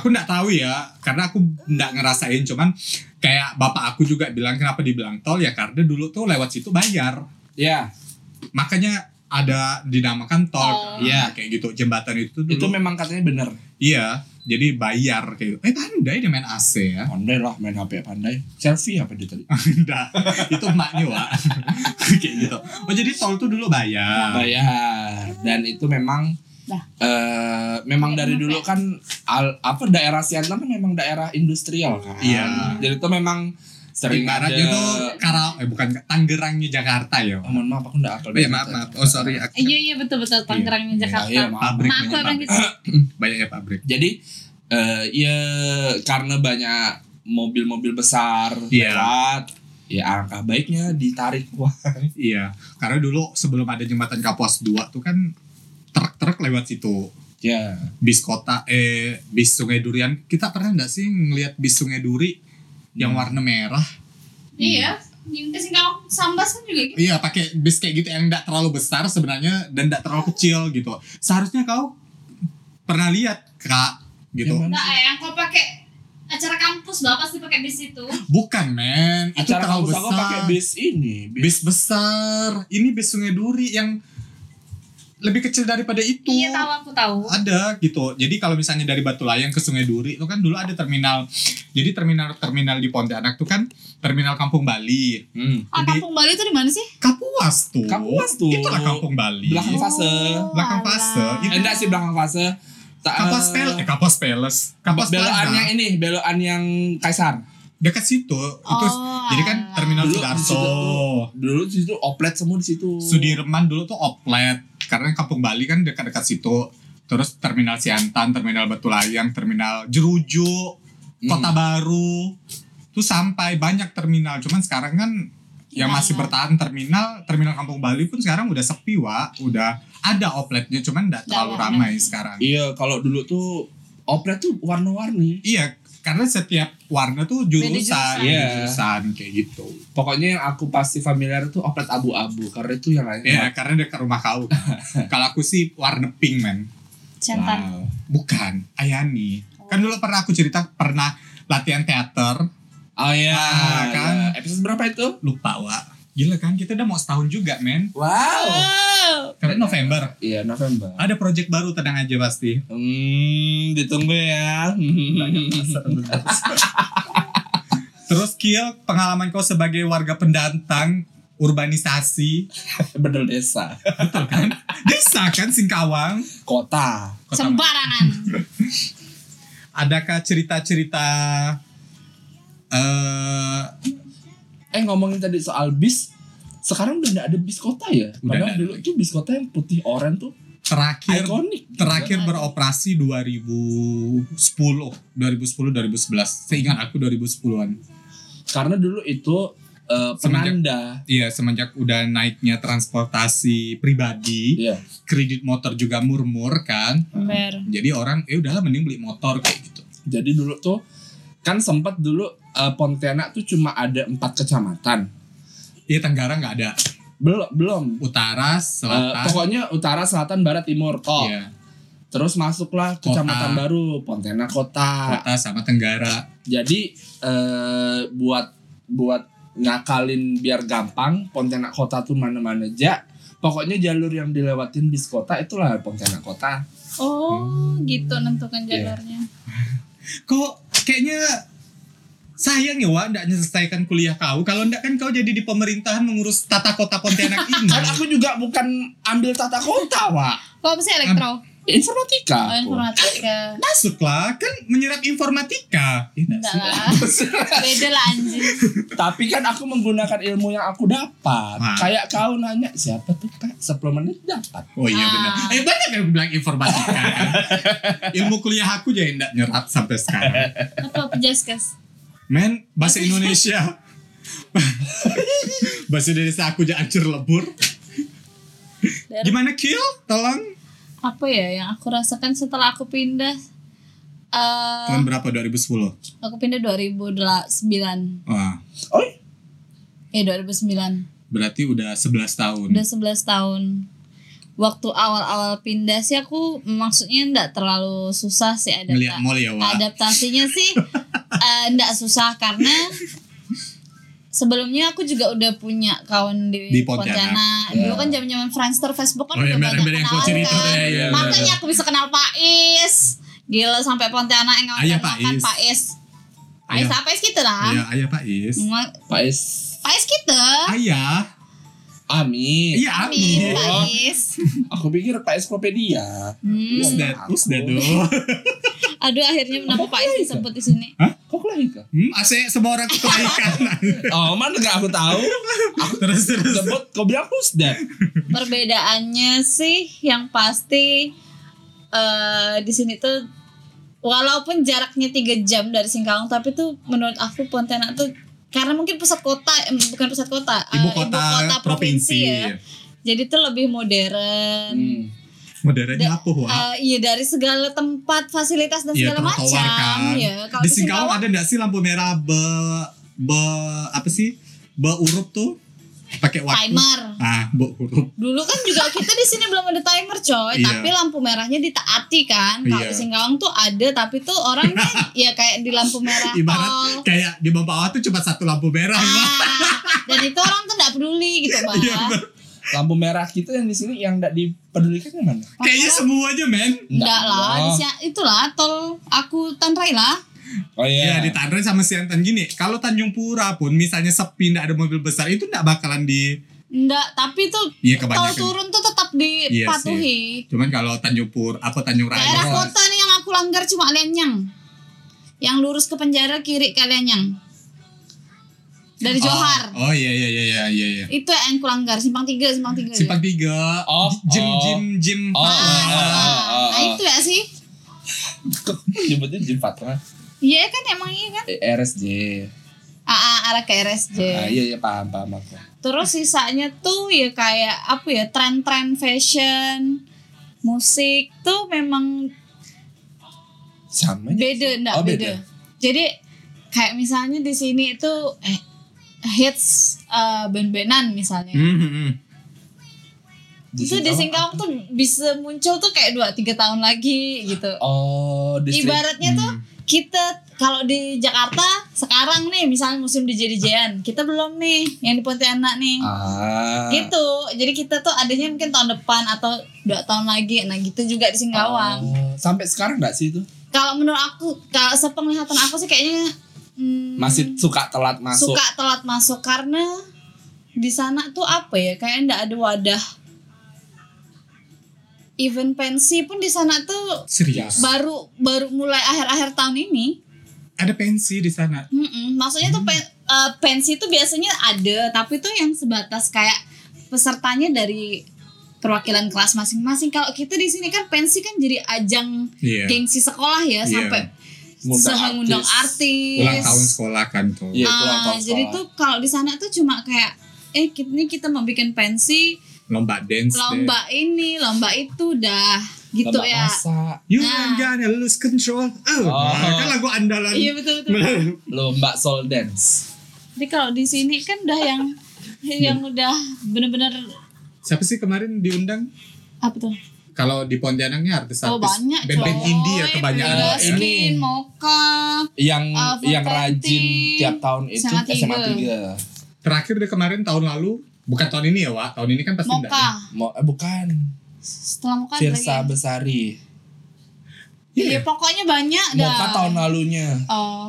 Speaker 4: Aku nggak tahu ya, karena aku nggak ngerasain. Cuman kayak bapak aku juga bilang kenapa dibilang tol ya karena dulu tuh lewat situ bayar.
Speaker 3: Iya,
Speaker 4: Makanya ada dinamakan tol.
Speaker 2: Tol.
Speaker 4: Iya kayak gitu jembatan itu
Speaker 3: itu
Speaker 4: dulu.
Speaker 3: memang katanya bener.
Speaker 4: iya. Jadi bayar kayak gitu. Eh pandai dia main AC ya.
Speaker 3: Pandai lah main HP pandai. Selfie apa dia tadi?
Speaker 4: Nggak, itu emaknya Wak. kayak gitu. Oh jadi tol tuh dulu
Speaker 3: Iya.
Speaker 4: bayar.
Speaker 3: Bayar. Dan itu memang
Speaker 2: Lah.
Speaker 3: eh, memang dari dulu kan al- apa daerah Siantan kan memang daerah industrial kan.
Speaker 4: Iya.
Speaker 3: Jadi itu memang sering ada.
Speaker 4: Ibarat itu Karau, eh bukan Tangerangnya Jakarta ya.
Speaker 3: Oh,
Speaker 4: Wak.
Speaker 3: mohon maaf aku nggak apa.
Speaker 4: Oh, iya maaf maaf. Oh sorry. Aku...
Speaker 2: Iya iya betul betul Tangerang Jakarta.
Speaker 3: Iya, maaf.
Speaker 4: pabrik
Speaker 2: Maaf
Speaker 4: banyak
Speaker 2: emang
Speaker 4: pabrik.
Speaker 2: gitu.
Speaker 4: banyak ya pabrik
Speaker 3: Jadi eh ya karena banyak mobil-mobil besar
Speaker 4: Iya.
Speaker 3: lewat, ya angka baiknya ditarik wah.
Speaker 4: iya karena dulu sebelum ada jembatan Kapuas 2 tuh kan truk-truk lewat situ
Speaker 3: Ya.
Speaker 4: bis kota eh bis Sungai Durian kita pernah nggak sih ngelihat bis Sungai Duri yang
Speaker 3: Hmm.
Speaker 4: warna merah
Speaker 2: Iya. Yang ke Singkawang Sambas kan juga gitu.
Speaker 4: iya pakai bis kayak gitu yang nggak terlalu besar sebenarnya dan nggak terlalu kecil gitu seharusnya kau pernah lihat kak gitu
Speaker 3: Yang mana?
Speaker 2: Nah, yang kau pakai acara kampus lah pasti pakai bis itu.
Speaker 4: bukan men itu
Speaker 3: Acara
Speaker 4: terlalu
Speaker 3: kampus aku
Speaker 4: besar
Speaker 3: pakai bis ini, bis,
Speaker 4: bis besar ini bis Sungai Duri yang lebih kecil daripada itu
Speaker 2: Iya tahu aku tahu.
Speaker 4: ada gitu jadi kalau misalnya dari Batu Layang ke Sungai Duri itu kan dulu ada terminal jadi terminal terminal di Pontianak tuh kan terminal Kampung Bali
Speaker 3: Hmm.
Speaker 2: Ah,
Speaker 4: Di-
Speaker 2: kampung Bali itu di mana sih?
Speaker 4: Kapuas tuh
Speaker 3: Kapuas tuh.
Speaker 4: itulah Kampung Bali
Speaker 3: Belakang fase.
Speaker 4: Belakang fase,
Speaker 3: Eh,
Speaker 4: itu.
Speaker 3: enggak sih belakang fase. Ta-
Speaker 4: Kapuas
Speaker 3: eh,
Speaker 4: Palace eh, Kapuas Palace Kapuas
Speaker 3: belokan yang
Speaker 4: Plaza
Speaker 3: ini, belokan yang Kaisar.
Speaker 4: dekat situ itu
Speaker 2: Oh,
Speaker 4: jadi kan
Speaker 2: alah.
Speaker 4: terminal
Speaker 3: Dulu di situ
Speaker 4: Sudarso
Speaker 3: tuh. Dulu di situ oplet semua di situ.
Speaker 4: Sudirman dulu tuh oplet karena Kampung Bali kan dekat-dekat situ terus terminal Siantan terminal Batu Layang terminal Jeruju Kota Baru tuh sampai banyak terminal cuman sekarang kan yang
Speaker 2: Iya.
Speaker 4: masih bertahan terminal terminal Kampung Bali pun sekarang udah sepi wa udah ada opletnya cuman nggak terlalu
Speaker 2: ada.
Speaker 4: ramai sekarang
Speaker 3: Iya, kalau dulu tuh oplet tuh warna-warni.
Speaker 4: iya karena setiap warna tuh jurusan
Speaker 2: jurusan.
Speaker 4: beda
Speaker 3: Iya.
Speaker 4: jurusan kayak gitu
Speaker 3: Pokoknya yang aku pasti familiar tuh oplet abu-abu karena itu yang lain.
Speaker 4: ya karena dekat rumah kau kalau aku sih warna pink men
Speaker 3: Wow.
Speaker 2: Centang.
Speaker 4: bukan Ayani kan dulu pernah aku cerita pernah latihan teater
Speaker 3: Oh iya,
Speaker 4: Ah, kan?
Speaker 3: iya. Episode berapa itu?
Speaker 4: lupa wa gila kan kita udah mau setahun juga men
Speaker 3: Wow.
Speaker 2: Wow.
Speaker 4: karena November
Speaker 3: Iya, November.
Speaker 4: ada project baru tenang aja pasti
Speaker 3: Hmm, ditunggu ya.
Speaker 4: Terus Kiel, pengalaman kau sebagai warga pendantang urbanisasi
Speaker 3: Bener desa.
Speaker 4: desa kan Singkawang.
Speaker 3: Kota.
Speaker 4: Kota Ma-
Speaker 2: Sembarangan.
Speaker 4: Adakah cerita-cerita eh
Speaker 3: Eh ngomongin tadi soal bis, sekarang udah gak ada bis kota ya?
Speaker 4: Udah nggak
Speaker 3: Padahal
Speaker 4: ada
Speaker 3: dulu tuh bis kota yang putih oranye tuh
Speaker 4: terakhir
Speaker 3: ikonik.
Speaker 4: terakhir beroperasi 2010 2010 2011 seingat aku 2010-an
Speaker 3: Karena dulu itu eh eh,
Speaker 4: Semenjak-
Speaker 3: penanda.
Speaker 4: Iya, semenjak udah naiknya transportasi pribadi,
Speaker 3: Iya.
Speaker 4: kredit motor juga murmur kan.
Speaker 2: Ember.
Speaker 4: Jadi orang, eh udahlah mending beli motor kayak gitu.
Speaker 3: Jadi dulu tuh kan sempat dulu eh, Pontianak tuh cuma ada empat kecamatan.
Speaker 4: Iya, Tenggara nggak ada.
Speaker 3: Belum belum.
Speaker 4: Utara,
Speaker 3: Eh,
Speaker 4: Selatan,
Speaker 3: pokoknya utara, selatan, barat, timur. Kok.
Speaker 4: iya,
Speaker 3: Terus masuklah
Speaker 4: Kota.
Speaker 3: kecamatan baru Pontianak Kota.
Speaker 4: Kota sama Tenggara.
Speaker 3: Jadi eh, buat buat ngakalin biar gampang Pontianak Kota tuh mana-mana aja. Pokoknya jalur yang dilewatin bis kota itulah Pontianak Kota.
Speaker 4: Hmm.
Speaker 2: Oh, gitu nentukan
Speaker 3: Hmm. Iya.
Speaker 2: jalurnya.
Speaker 4: Kok kayaknya sayang ya Wak, nggak menyelesaikan kuliah kau. Kalau ndak kan kau jadi di pemerintahan mengurus tata kota Pontianak ini.
Speaker 3: Kan aku juga bukan ambil tata kota, Wak.
Speaker 2: Kok bisa elektro?
Speaker 3: Informatika. ah,
Speaker 2: Oh,
Speaker 3: aku.
Speaker 2: informatika.
Speaker 4: Masuklah, kan menyerap informatika. Iya nggak
Speaker 2: Enggak
Speaker 4: sih?
Speaker 2: lah. Beda lah anjing.
Speaker 3: Tapi kan aku menggunakan ilmu yang aku dapat.
Speaker 4: Wah.
Speaker 3: Kayak kau nanya siapa tuh Kak? 10 menit dapat.
Speaker 4: Oh iya
Speaker 2: Ah.
Speaker 4: benar. Eh banyak yang bilang informatika. kan. Ilmu kuliah aku jadi enggak nyerap sampai sekarang.
Speaker 2: Apa pejaskes?
Speaker 4: Men, bahasa Indonesia. bahasa Indonesia aku jangan hancur lebur.
Speaker 2: Dari-
Speaker 4: Gimana kill? Tolong.
Speaker 2: Apa ya yang aku rasakan setelah aku pindah eh
Speaker 4: Tahun berapa 2010?
Speaker 2: aku pindah 2009.
Speaker 4: Wah,
Speaker 3: Oh,
Speaker 2: Eh 2009.
Speaker 4: berarti udah 11 tahun.
Speaker 2: Udah 11 tahun. Waktu awal-awal pindah sih aku maksudnya enggak terlalu susah sih ada
Speaker 4: Ngeliat mall ya, Wak.
Speaker 2: adaptasinya sih eh, ndak susah karena sebelumnya aku juga udah punya kawan di,
Speaker 4: Di Pontianak. Ya.
Speaker 2: Pontianak. Dulu kan zaman-zaman Friendster Facebook kan
Speaker 4: Oh iya,
Speaker 2: udah banyak
Speaker 4: bener-bener yang kau
Speaker 2: kenalan
Speaker 4: cerita tuh,
Speaker 2: kan.
Speaker 4: ya, iya,
Speaker 2: Makanya
Speaker 4: bener.
Speaker 2: aku bisa kenal Pais. Gila sampai Pontianak yang kan,
Speaker 4: Ayah
Speaker 2: makan
Speaker 4: Pais.
Speaker 2: Pais. Pais
Speaker 4: Ayah.
Speaker 2: apa Pais kita
Speaker 4: Iya,
Speaker 2: lah.
Speaker 4: ayah Pak Is.
Speaker 2: Ma-
Speaker 3: Pais
Speaker 2: Pais kita.
Speaker 4: Ayah.
Speaker 3: Amin.
Speaker 4: Iya, Amin.
Speaker 2: Amin, Pais.
Speaker 3: Aku pikir Pais Kopedia.
Speaker 2: Hmm.
Speaker 4: Who's that? Who's that, doh?
Speaker 2: Aduh akhirnya kenapa Pais disebut di sini?
Speaker 3: Kok kelahir
Speaker 4: Hmm, AC semua orang kebaikan.
Speaker 3: Oh, mana gak aku tahu.
Speaker 4: terus terus.
Speaker 3: Sebut kau bilang who's that?
Speaker 2: Perbedaannya sih yang pasti eh di sini tuh walaupun jaraknya tiga jam dari Singkawang tapi tuh menurut aku Pontianak tuh karena mungkin pusat kota eh, bukan pusat kota eh,
Speaker 4: Ibu kota, provinsi. iya.
Speaker 2: ya. Jadi tuh lebih modern.
Speaker 3: Hmm.
Speaker 4: Modernnya apa, Wak?
Speaker 2: Eh, iya dari segala tempat, fasilitas dan
Speaker 4: Iya
Speaker 2: segala
Speaker 4: trotoar
Speaker 2: macam.
Speaker 4: kan.
Speaker 2: Ya, kalau
Speaker 4: di Singkawang ada nggak sih lampu merah be be apa sih beurut tuh pakai waktu
Speaker 2: timer.
Speaker 4: ah beurut
Speaker 2: Dulu kan juga kita di sini belum ada timer coy,
Speaker 4: Iya.
Speaker 2: tapi lampu merahnya ditaati kan. Kalau
Speaker 4: Iya.
Speaker 2: di Singkawang tuh ada, tapi tuh orangnya ya kayak di lampu merah
Speaker 4: ibarat
Speaker 2: tol.
Speaker 4: kayak di bawah tuh cuma satu lampu merah Wak.
Speaker 2: Ah, dan itu orang tuh nggak peduli gitu bang.
Speaker 4: Iya, bener.
Speaker 3: Lampu merah kita yang di sini yang tidak dipedulikan yang mana?
Speaker 4: kayaknya
Speaker 2: ya?
Speaker 4: semuanya men
Speaker 2: Enggak lah, di
Speaker 3: Oh.
Speaker 2: Sia- itulah tol aku Tanrai lah.
Speaker 3: Oh
Speaker 4: Iya
Speaker 3: iya.
Speaker 4: di Tangerang sama Siantan gini kalau Tanjung Pura pun misalnya sepi nggak ada mobil besar itu nggak bakalan di
Speaker 2: Enggak, tapi tuh
Speaker 4: iya
Speaker 2: tol
Speaker 4: kebanyakan
Speaker 2: turun tuh tetap
Speaker 4: Iya
Speaker 2: dipatuhi.
Speaker 4: cuman kalau Tanjung Pura apa Tanjung
Speaker 2: Daerah
Speaker 4: Raya
Speaker 2: kota nih yang aku langgar cuma Lenyang. Yang lurus ke penjara kiri ke Lenyang. Dari Johar.
Speaker 4: oh, oh iya iya iya iya iya iya.
Speaker 2: Itu yang aku langgar, simpang tiga, simpang tiga.
Speaker 4: simpang
Speaker 2: ya?
Speaker 4: tiga
Speaker 3: Oh,
Speaker 4: gym
Speaker 3: oh.
Speaker 4: gym gym
Speaker 3: Oh,
Speaker 2: Ah,
Speaker 3: Ah, ah,
Speaker 2: nah
Speaker 3: ah.
Speaker 2: itu ya sih.
Speaker 3: Kok nyebutnya Jim Fatra?
Speaker 2: Iya kan emang iya kan.
Speaker 3: Eh, RSJ.
Speaker 2: Aa arah ke RSJ.
Speaker 3: Ah, iya iya paham paham aku.
Speaker 2: Terus sisanya tuh ya kayak apa ya tren-tren fashion, musik tuh memang
Speaker 3: Sama aja.
Speaker 2: beda enggak
Speaker 3: Oh,
Speaker 2: beda.
Speaker 3: beda.
Speaker 2: Jadi kayak misalnya di sini itu eh, hits eh ben-benan misalnya.
Speaker 4: Hmm, hmm, hmm.
Speaker 2: Itu di Singkawang tuh bisa muncul tuh kayak 2 3 tahun lagi gitu.
Speaker 3: Oh, distrik.
Speaker 4: Iya
Speaker 2: Ibaratnya tuh kita kalau di Jakarta sekarang nih misalnya musim DJ DJan, kita belum nih yang di Pontianak nih.
Speaker 3: Ah.
Speaker 2: Gitu. Jadi kita tuh adanya mungkin tahun depan atau dua tahun lagi. Nah, gitu juga di Singkawang.
Speaker 3: Oh, sampai sekarang nggak sih itu?
Speaker 2: Kalau menurut aku, kalau sepenglihatan aku sih kayaknya hmm,
Speaker 3: Masih suka telat masuk.
Speaker 2: suka telat masuk karena di sana tuh apa ya? Kayaknya ndak ada wadah. Event pensi pun di sana tuh
Speaker 4: serius
Speaker 2: baru baru mulai akhir-akhir tahun ini.
Speaker 4: ada pensi di sana
Speaker 2: Mm-mm. Maksudnya tuh pe- eh, pensi itu biasanya ada, tapi tuh yang sebatas kayak pesertanya dari perwakilan kelas masing-masing. Kalau kita di sini kan pensi kan jadi ajang
Speaker 4: Iya.
Speaker 2: gengsi sekolah
Speaker 4: Iya.
Speaker 2: ya sampai
Speaker 3: ngundang
Speaker 2: Soal ngundang
Speaker 3: artis.
Speaker 2: artis.
Speaker 4: ulang tahun sekolah kan tuh
Speaker 3: Iya, itu ulang
Speaker 2: Ah,
Speaker 3: tahun
Speaker 2: jadi
Speaker 3: sekolah.
Speaker 2: tuh kalau di sana tuh cuma kayak eh ki- ini kita mau bikin pensi
Speaker 4: lomba dance deh.
Speaker 2: lomba ini lomba itu dah gitu
Speaker 3: Lomba
Speaker 2: ya
Speaker 3: masak,
Speaker 4: You
Speaker 2: Nah.
Speaker 4: ain't gonna lose control. Oh,
Speaker 3: Oh.
Speaker 4: Nah, kan lagu andalan.
Speaker 2: iya betul betul
Speaker 3: lomba soul dance.
Speaker 2: jadi kalau di sini kan udah yang yang udah bener-bener
Speaker 4: Siapa sih kemarin diundang?
Speaker 2: apa tuh
Speaker 4: Kalau di Pontianaknya
Speaker 2: oh
Speaker 4: artis-artis
Speaker 2: banyak
Speaker 4: band-band
Speaker 2: coy. Iya,
Speaker 4: indie ya kebanyakan.
Speaker 2: Bella
Speaker 3: Beda
Speaker 4: ya.
Speaker 3: skin.
Speaker 2: Skin, Moka
Speaker 3: Yang
Speaker 2: Ah, Full
Speaker 3: yang rajin
Speaker 2: Panty.
Speaker 3: tiap tahun itu
Speaker 2: SMA
Speaker 3: SMA
Speaker 2: tiga.
Speaker 3: 3.
Speaker 4: Terakhir deh kemarin tahun lalu, bukan tahun ini ya, Wak. Tahun ini kan pasti enggak.
Speaker 2: Moka
Speaker 4: ya?
Speaker 3: Mau eh, bukan
Speaker 2: setelah Moka ada lagi
Speaker 3: Firsa
Speaker 2: ya?
Speaker 3: Besari.
Speaker 4: Iya.
Speaker 2: iya pokoknya banyak dah
Speaker 3: Moka tahun lalunya.
Speaker 2: oh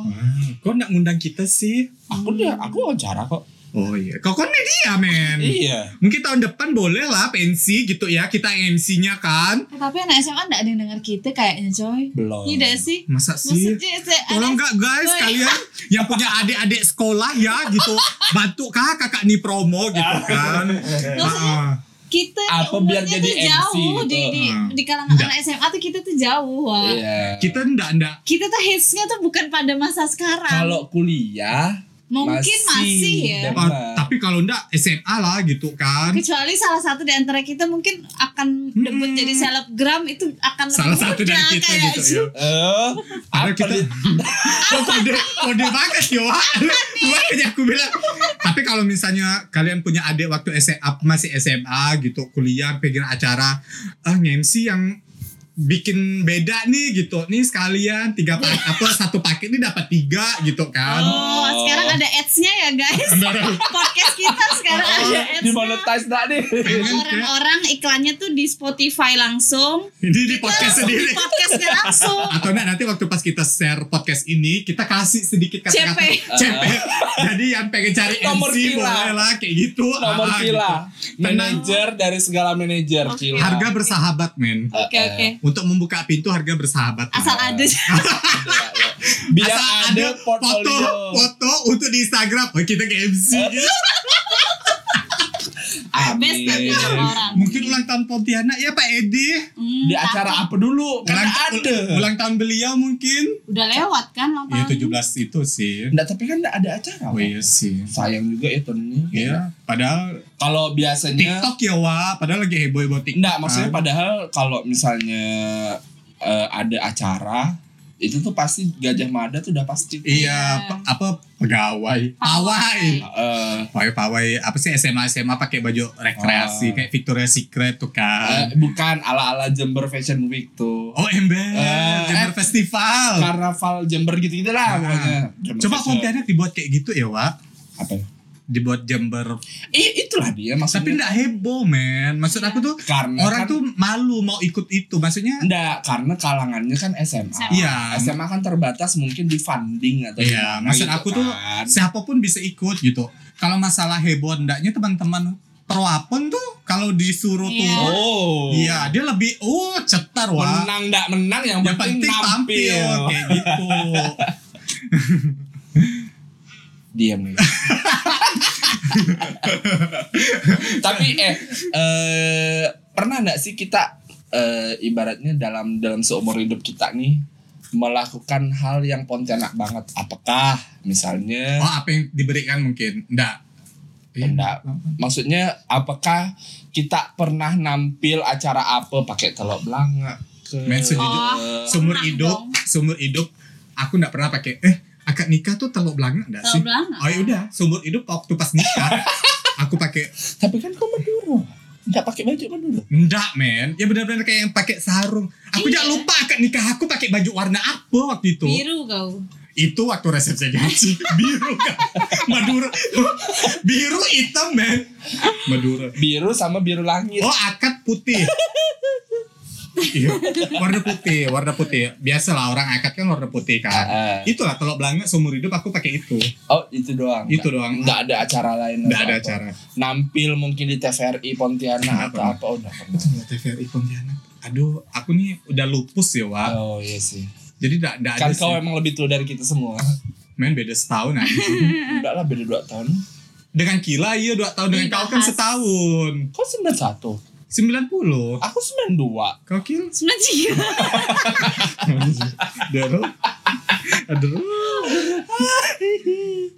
Speaker 4: Wah, Hmm. kok enggak ngundang kita sih?
Speaker 3: Aku
Speaker 2: Hmm.
Speaker 3: dia aku wawancara kok.
Speaker 4: Oh iya, kok kan media, men.
Speaker 3: Iya.
Speaker 4: Mungkin tahun depan boleh lah pensi gitu ya, kita MC-nya kan.
Speaker 2: Eh, tapi anak SMA nggak ada yang dengar kita kayaknya coy
Speaker 3: Belum.
Speaker 2: Iya nggak sih
Speaker 4: Masa sih?
Speaker 2: maksudnya se-
Speaker 4: Oh. Tolong
Speaker 2: anak-
Speaker 4: gak guys
Speaker 2: Woi.
Speaker 4: kalian yang punya adik-adik sekolah ya gitu bantu kak kakak nih promo gitu kan.
Speaker 2: Maksudnya-
Speaker 4: Ah.
Speaker 2: kita nih
Speaker 3: Apa biar
Speaker 2: umurnya
Speaker 3: jadi
Speaker 2: tuh
Speaker 3: MC
Speaker 2: jauh
Speaker 3: gitu.
Speaker 2: di, di,
Speaker 4: Hmm.
Speaker 2: di kalangan
Speaker 4: Nggak.
Speaker 2: anak SMA tuh kita tuh jauh wah
Speaker 3: Iya.
Speaker 4: kita ndak ndak
Speaker 2: kita tuh hitsnya tuh bukan pada masa sekarang
Speaker 3: Kalau kuliah
Speaker 2: mungkin
Speaker 3: masih
Speaker 2: masih, ya
Speaker 3: dan-
Speaker 4: Ah,
Speaker 3: Emang.
Speaker 4: tapi kalau ndak SMA lah gitu kan.
Speaker 2: kecuali salah satu di antara kita mungkin akan debut
Speaker 4: Mm-mm.
Speaker 2: jadi selebgram itu akan lebih
Speaker 4: Hmm. Salah satu dari
Speaker 2: mudah
Speaker 4: kita
Speaker 2: kayak
Speaker 4: gitu
Speaker 2: cu-
Speaker 4: ya.
Speaker 3: eh
Speaker 4: Karena
Speaker 3: apa
Speaker 4: kita
Speaker 3: di-
Speaker 4: Kok kode kode banget ya Wak. Makanya aku bilang. Tapi kalau misalnya kalian punya adik waktu SMA masih SMA gitu kuliah pengen acara ah MC yang bikin beda nih gitu nih sekalian tiga paket
Speaker 2: Iya.
Speaker 4: apa satu paket ini dapat tiga gitu kan
Speaker 2: oh sekarang ada ads-nya ya guys podcast kita sekarang
Speaker 4: Oh,
Speaker 2: ada ads-nya
Speaker 3: dimonetize nggak nih?
Speaker 4: pengen kayak
Speaker 2: orang-orang iklannya tuh di Spotify langsung
Speaker 4: ini di podcast
Speaker 2: di
Speaker 4: sendiri
Speaker 2: podcastnya langsung
Speaker 4: atau enggak nanti waktu pas kita share podcast ini kita kasih sedikit kata-kata
Speaker 2: CP.
Speaker 4: CP. jadi yang pengen cari
Speaker 3: Nomor
Speaker 4: MC
Speaker 3: pila.
Speaker 4: boleh lah kayak gitu
Speaker 3: Nomor
Speaker 4: Ah,
Speaker 3: Vila,
Speaker 4: gitu. Tenang.
Speaker 3: manajer dari segala manajer
Speaker 2: Oke.
Speaker 3: Vila.
Speaker 4: harga bersahabat men
Speaker 2: oke oke
Speaker 4: untuk membuka pintu harga bersahabat men.
Speaker 2: asal ada
Speaker 3: Biar
Speaker 4: Asal
Speaker 3: ada
Speaker 4: foto
Speaker 3: portfolio. Eh.
Speaker 4: foto untuk di Instagram oh, kita ke MC gitu.
Speaker 2: Best nanti
Speaker 3: Amin.
Speaker 2: sama orang.
Speaker 4: mungkin ulang tahun Pontianak ya Pak Edi
Speaker 2: Hmm,
Speaker 3: Di acara
Speaker 2: tapi
Speaker 3: apa dulu? Kan
Speaker 4: ulang,
Speaker 3: nggak ada.
Speaker 4: ul- ulang tahun beliau mungkin
Speaker 2: udah lewat kan lama
Speaker 4: ya 17 itu sih
Speaker 3: Nggak, tapi kan nggak ada acara.
Speaker 4: oh
Speaker 3: Pak.
Speaker 4: iya sih
Speaker 3: Sayang juga ya tahunnya.
Speaker 4: ya padahal
Speaker 3: Kalau biasanya
Speaker 4: TikTok ya Wak padahal lagi heboh-heboh TikTok
Speaker 3: Iya. Enggak, maksudnya
Speaker 4: kan.
Speaker 3: padahal kalau misalnya eh, ada acara itu tuh pasti Gajah Mada tuh udah pasti.
Speaker 4: Iya, pe- apa pegawai, pawai.
Speaker 3: Eh,
Speaker 4: Pawai-pawai apa sih SMA SMA pakai baju
Speaker 3: Ah.
Speaker 4: rekreasi kayak Victoria Secret tuh
Speaker 3: eh,
Speaker 4: kan.
Speaker 3: bukan ala-ala Jember Fashion Week tuh.
Speaker 4: oh, ember,
Speaker 3: eh, Nah,
Speaker 4: Jember Festival.
Speaker 3: Karnaval Jember gitu-gitu lah
Speaker 4: Oh. Ah.
Speaker 3: pokoknya. Jember
Speaker 4: Coba
Speaker 3: Fashion-
Speaker 4: Pontianak dibuat kayak gitu ya, Wak.
Speaker 3: apa?
Speaker 4: Dibuat Jember.
Speaker 3: Eh, itulah dia
Speaker 4: Tapi
Speaker 3: maksudnya.
Speaker 4: ndak heboh, men. Maksud aku tuh
Speaker 3: karena
Speaker 4: orang
Speaker 3: kan,
Speaker 4: tuh malu mau ikut itu. Maksudnya
Speaker 3: enggak, karena kalangannya kan SMA.
Speaker 4: Iya.
Speaker 3: SMA kan terbatas mungkin di funding atau
Speaker 4: Iya,
Speaker 3: gimana
Speaker 4: maksud
Speaker 3: gitu
Speaker 4: aku tuh
Speaker 3: kan.
Speaker 4: siapapun bisa ikut gitu. Kalau masalah heboh ndaknya teman-teman Perwapen tuh kalau disuruh
Speaker 2: Iya.
Speaker 4: turun
Speaker 3: Oh.
Speaker 4: Iya, dia lebih oh cetar wah.
Speaker 3: Menang enggak menang yang,
Speaker 4: Yang penting tampil kayak gitu.
Speaker 3: diam nih. Tapi eh, eh, pernah nggak sih kita eh, ibaratnya dalam dalam seumur hidup kita nih melakukan hal yang Pontianak banget? Apakah misalnya
Speaker 4: Oh, apa yang diberikan mungkin? Enggak. Iya.
Speaker 3: Enggak. maksudnya apakah kita pernah nampil acara apa pakai telok belanga ke
Speaker 4: Men, sejujur-
Speaker 2: Oh.
Speaker 4: Seumur
Speaker 2: Pernah
Speaker 4: hidup, seumur hidup aku enggak pernah pakai eh akad nikah tuh telok belanga enggak
Speaker 2: Tahu
Speaker 4: sih?
Speaker 2: belanga.
Speaker 4: Oh, ya udah, seumur hidup waktu pas nikah aku pakai
Speaker 3: Tapi kan kau Madura. Enggak pakai baju Madura.
Speaker 4: enggak, men. Ya benar-benar kayak yang pakai sarung. Aku
Speaker 2: Iya.
Speaker 4: jangan lupa akad nikah aku pakai baju warna apa waktu itu.
Speaker 2: biru kau
Speaker 4: Itu waktu resepsi gaji biru kan. Madura. biru hitam, men. Madura.
Speaker 3: Biru sama biru langit.
Speaker 4: Oh akad putih. Iya, warna putih, warna putih. Biasalah orang akad kan warna putih kan.
Speaker 3: Ah, ah.
Speaker 4: Itulah kalau belanga seumur hidup aku pakai itu.
Speaker 3: Oh itu doang.
Speaker 4: Itu doang.
Speaker 3: Nggak ada acara lain.
Speaker 4: Enggak
Speaker 3: atau
Speaker 4: ada
Speaker 3: apa?
Speaker 4: acara.
Speaker 3: Nampil mungkin di TVRI Pontianak
Speaker 4: Nggak
Speaker 3: atau
Speaker 4: pernah.
Speaker 3: apa? Oh, nggak pernah.
Speaker 4: Betul ya TVRI Pontianak. Aduh, aku nih udah lupus ya, Wak.
Speaker 3: Oh iya sih.
Speaker 4: Jadi enggak ada
Speaker 3: Kan
Speaker 4: sih.
Speaker 3: kau
Speaker 4: Ah.
Speaker 3: emang lebih tua dari kita semua.
Speaker 4: Main beda setahun aja.
Speaker 3: Enggak lah beda 2 tahun.
Speaker 4: dengan Kila iya 2 tahun dengan kau kan
Speaker 2: Dibahas.
Speaker 4: setahun.
Speaker 3: Kau 91.
Speaker 4: 90.
Speaker 3: Aku 92.
Speaker 4: Kau Kil?
Speaker 2: sembilan tiga
Speaker 4: Darul. Aduh.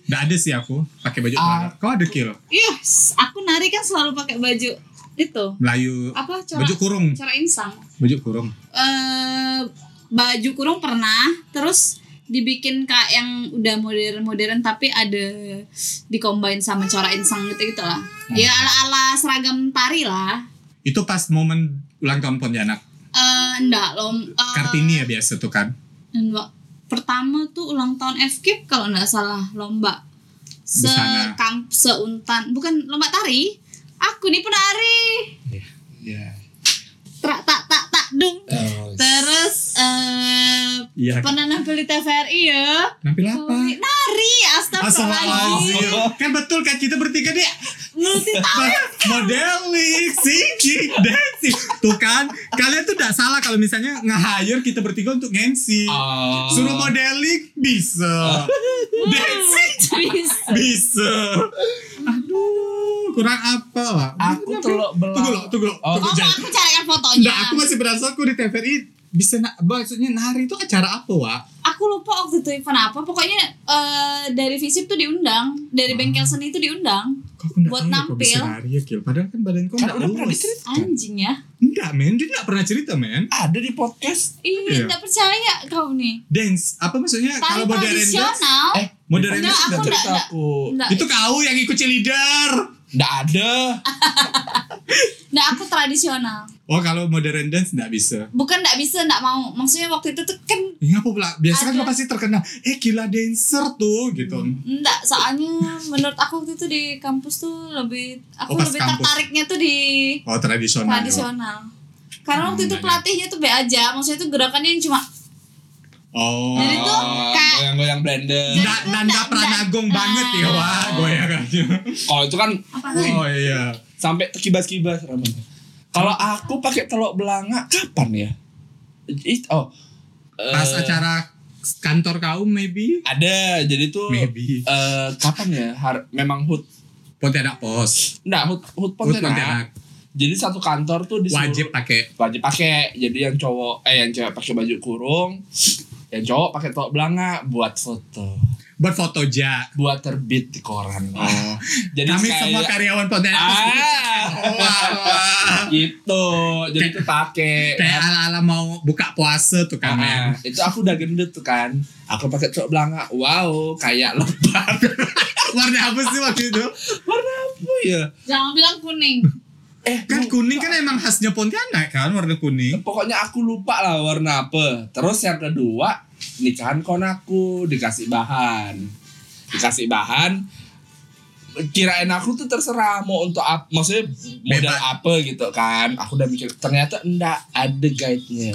Speaker 4: Nggak ada sih aku pakai baju
Speaker 3: Ah.
Speaker 4: Melayu. Kau ada kil?
Speaker 2: Yes, aku nari kan selalu pakai baju itu.
Speaker 4: Melayu.
Speaker 2: Apa cara
Speaker 4: Baju kurung.
Speaker 2: cara insang?
Speaker 4: Baju kurung.
Speaker 2: eh baju kurung pernah, terus dibikin kayak yang udah modern-modern tapi ada dikombain sama corak insang gitu gitu lah. Ya ala-ala seragam tari lah.
Speaker 4: Itu pas momen ulang tahun Pontianak.
Speaker 2: Eh enggak lom. eh,
Speaker 4: Kartini ya biasa tuh kan.
Speaker 2: enggak. Pertama tuh ulang tahun FKIP kalau nggak salah lomba
Speaker 4: Busana.
Speaker 2: sekamp seuntan bukan lomba tari. Aku nih penari.
Speaker 3: Iya.
Speaker 2: Trak tak tak tak dung.
Speaker 3: Oh,
Speaker 2: Terus eh
Speaker 4: Iya.
Speaker 2: pernah nampil di TVRI ya?
Speaker 4: Nampil apa?
Speaker 2: Nari, Nari, astagfirullahaladzim
Speaker 4: Astagfirullahaladzim. Kan betul kan kita bertiga deh
Speaker 2: Multi
Speaker 4: modeling, singing, dancing. Tuh kan, kalian tuh gak salah kalau misalnya nge-hire kita bertiga untuk nge
Speaker 3: Oh.
Speaker 4: Suruh modeling bisa. Dancing
Speaker 2: bisa
Speaker 4: bisa. Aduh, kurang apa lah.
Speaker 3: Aku telok belah.
Speaker 4: Tunggu lo, tunggu lo.
Speaker 3: Oh.
Speaker 2: Oh
Speaker 4: Tunggu jangan.
Speaker 2: aku carikan fotonya
Speaker 4: Nggak, aku masih penasaran aku di TVRI bisa na- maksudnya nari itu acara apa, Wak?
Speaker 2: Aku lupa waktu itu event apa Pokoknya eh, dari Visip tuh diundang Dari
Speaker 4: Hmm.
Speaker 2: Bengkel Seni itu diundang
Speaker 4: Kok aku nggak
Speaker 2: Buat
Speaker 4: tahu ya kok bisa
Speaker 2: nampil.
Speaker 4: nari ya, Kil? Padahal kan badan kau
Speaker 3: Kan
Speaker 4: nggak
Speaker 3: udah pernah
Speaker 4: lurus.
Speaker 3: diceritakan.
Speaker 2: Anjing ya
Speaker 4: Enggak, men. Dia nggak pernah cerita, men.
Speaker 3: Ada di podcast.
Speaker 2: Ih
Speaker 4: Iya.
Speaker 2: nggak percaya kau nih
Speaker 4: Dance, apa maksudnya
Speaker 2: Tari
Speaker 4: kalau modern dance?
Speaker 2: tradisional
Speaker 3: Eh,
Speaker 4: Modern
Speaker 2: Oh, Enggak,
Speaker 3: Nggak
Speaker 2: aku
Speaker 3: cerita
Speaker 2: enggak-
Speaker 3: aku.
Speaker 2: Nggak,
Speaker 4: Itu kau yang ikut cheerleader.
Speaker 3: Nggak ada.
Speaker 2: nggak, aku tradisional
Speaker 4: Oh, kalau modern dance nggak bisa.
Speaker 2: Bukan nggak bisa, nggak mau Maksudnya waktu itu tuh kan
Speaker 4: Iya, apa pula? Biasanya kan
Speaker 2: Ada. Hmm.
Speaker 4: kau pasti terkenal. Eh, gila dancer tuh gitu.
Speaker 2: Enggak, soalnya menurut aku waktu itu di kampus tuh lebih
Speaker 4: Oh,
Speaker 2: aku
Speaker 4: pas
Speaker 2: lebih
Speaker 4: kampus.
Speaker 2: tertariknya tuh di
Speaker 4: Oh, tradisional.
Speaker 2: tradisional. Karena waktu
Speaker 4: Hmm,
Speaker 2: itu
Speaker 4: banyak.
Speaker 2: pelatihnya tuh be aja, maksudnya tuh gerakannya yang cuma
Speaker 4: Oh.
Speaker 2: Jadi tuh kayak- Nah.
Speaker 3: goyang-goyang blender.
Speaker 2: Jadi-
Speaker 4: Nda- Nanda
Speaker 2: Nda-
Speaker 4: Pranagong
Speaker 2: Nda-
Speaker 4: banget ya, Wak.
Speaker 3: Oh.
Speaker 4: Goyangannya.
Speaker 3: Kalau itu kan
Speaker 2: apa namanya?
Speaker 4: Oh, iya.
Speaker 3: sampai terkibas-kibas rambutnya. Kalau aku pakai telok belanga kapan ya? It, oh.
Speaker 4: Pas
Speaker 3: eh,
Speaker 4: acara kantor kau, maybe.
Speaker 3: Ada, jadi tuh
Speaker 4: Maybe.
Speaker 3: eh, kapan ya? Har- memang hut
Speaker 4: Pontianak pos.
Speaker 3: Nggak, hut hut
Speaker 4: Hut
Speaker 3: Pontianak. kan
Speaker 4: Pontianak.
Speaker 3: ya. Jadi satu kantor tuh disuruh
Speaker 4: kan. Wajib pakai.
Speaker 3: wajib pakai. Jadi yang cowok eh yang cewek pakai baju kurung, yang cowok pakai telok belanga buat foto,
Speaker 4: Buat foto ja.
Speaker 3: buat terbit di koran.
Speaker 4: Oh.
Speaker 3: Jadi
Speaker 4: Kami
Speaker 3: kayak-
Speaker 4: semua karyawan Pontianak pos. Oh, Wah,
Speaker 3: ah,
Speaker 4: wah.
Speaker 3: gitu. Jadi tuh pakai.
Speaker 4: Kayak ala-ala mau buka puasa tuh kan. men.
Speaker 3: Ah, itu aku udah gendut tuh kan. Aku pakai celok belanga. Wow, kayak lebar.
Speaker 4: Warna apa sih waktu itu?
Speaker 3: Warna apa
Speaker 4: Oh iya.
Speaker 3: ya?
Speaker 2: Jangan bilang kuning.
Speaker 3: Eh,
Speaker 4: Kan
Speaker 3: lu-
Speaker 4: kuning kan emang khasnya Pontianak kan warna kuning.
Speaker 3: pokoknya aku lupa lah warna apa. Terus yang kedua, nikahan kon aku dikasih bahan. Dikasih bahan kirain aku tuh terserah mau untuk apa maksudnya model
Speaker 4: Bebas.
Speaker 3: apa gitu kan aku udah mikir ternyata enggak ada guide-nya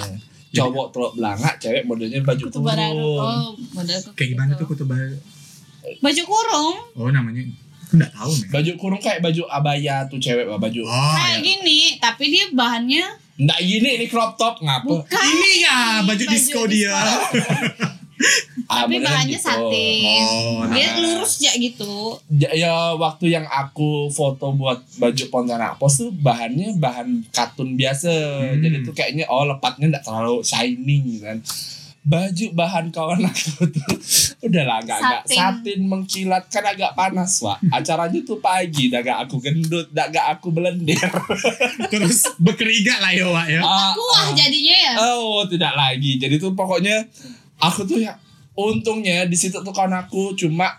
Speaker 3: cowok telok belanga cewek modelnya baju
Speaker 2: Kutu barang.
Speaker 3: kurung
Speaker 2: Oh, model kutu
Speaker 4: Kayak gimana tuh
Speaker 2: gitu.
Speaker 4: kutu baru?
Speaker 2: Baju kurung
Speaker 4: Oh namanya aku nggak tahu men.
Speaker 3: baju kurung kayak baju abaya tuh cewek baju
Speaker 4: Oh ya.
Speaker 2: kayak gini, tapi dia bahannya
Speaker 3: Nggak gini ini crop top ngapa?
Speaker 2: bukan.
Speaker 4: Ini ya baju disco dia.
Speaker 3: Ah,
Speaker 2: Tapi
Speaker 3: beneran
Speaker 2: bahannya
Speaker 3: gitu.
Speaker 2: satin.
Speaker 4: Oh nah.
Speaker 2: Dia lurus ya gitu.
Speaker 3: Ya, ya, waktu yang aku foto buat baju Pontianak Pos tuh bahannya bahan katun biasa.
Speaker 4: Hmm.
Speaker 3: Jadi tuh kayaknya oh lepatnya nggak terlalu shining gitu kan. Baju bahan kawan aku tuh udah lah agak agak
Speaker 2: Satin.
Speaker 3: satin mengkilat kan agak panas wak. Acaranya tuh pagi, dah gak aku gendut, dah gak aku belendir.
Speaker 4: terus berkeringat lah ya Wak ya.
Speaker 3: Ah,
Speaker 2: Kuah
Speaker 3: ah.
Speaker 2: jadinya ya.
Speaker 3: Oh, tidak lagi. Jadi tuh pokoknya aku tuh ya untungnya di situ tuh kawan aku cuma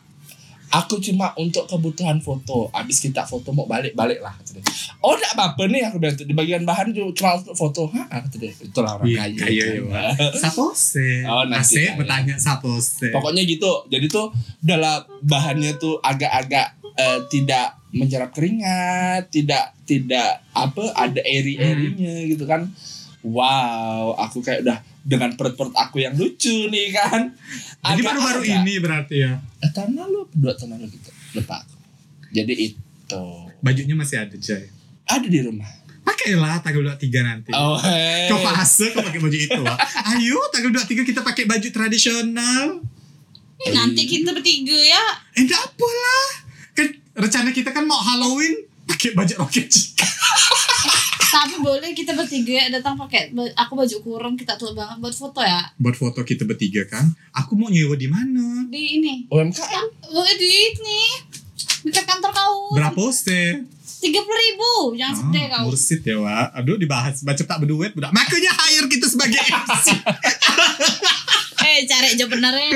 Speaker 3: aku cuma untuk kebutuhan foto. Abis kita foto mau balik-balik lah. kata dia. Oh, tidak apa-apa nih aku bilang tuh. di bagian bahan tuh cuma untuk foto. Hah, kata dia. Itulah orang
Speaker 4: Iya,
Speaker 3: kaya.
Speaker 4: kaya ya,
Speaker 3: kan.
Speaker 4: Sapose.
Speaker 3: Oh, nanti
Speaker 4: Asik
Speaker 3: kaya.
Speaker 4: bertanya sapose.
Speaker 3: Pokoknya gitu. Jadi tuh dalam bahannya tuh agak-agak eh, tidak menyerap keringat, tidak tidak apa ada
Speaker 4: Hmm.
Speaker 3: eri-erinya gitu kan. Wow, aku kayak udah dengan perut-perut aku yang lucu nih kan.
Speaker 4: Jadi
Speaker 3: Agak-
Speaker 4: baru-baru
Speaker 3: agak-
Speaker 4: ini berarti ya.
Speaker 3: Eh, tahun lalu apa dua tahun lalu gitu. Lupa aku. Jadi itu
Speaker 4: Bajunya masih ada Jay.
Speaker 3: ada di rumah.
Speaker 4: Pakailah tanggal 23 nanti.
Speaker 3: Oh, hey.
Speaker 4: Kau fase kau pakai baju itu. Wak. Ayo tanggal 23 kita pakai baju tradisional.
Speaker 2: Ini nanti kita bertiga ya.
Speaker 4: Eh enggak apa lah. Kan rencana kita kan mau Halloween pakai baju roket chicken.
Speaker 2: Tapi boleh kita bertiga ya datang pakai ba- aku baju kurung kita tuh banget buat foto ya
Speaker 4: buat foto kita bertiga kan aku mau nyewa di mana
Speaker 2: di ini.
Speaker 3: UMKM
Speaker 2: Oh, di ini dekat kantor kau.
Speaker 4: berapa
Speaker 3: Oh,
Speaker 4: poster
Speaker 2: Tiga puluh ribu jangan sedih
Speaker 4: Ah,
Speaker 2: kau.
Speaker 4: mursid ya wa aduh dibahas baca tak berduit budak makanya hire kita sebagai MC
Speaker 2: Eh cari aja benernya.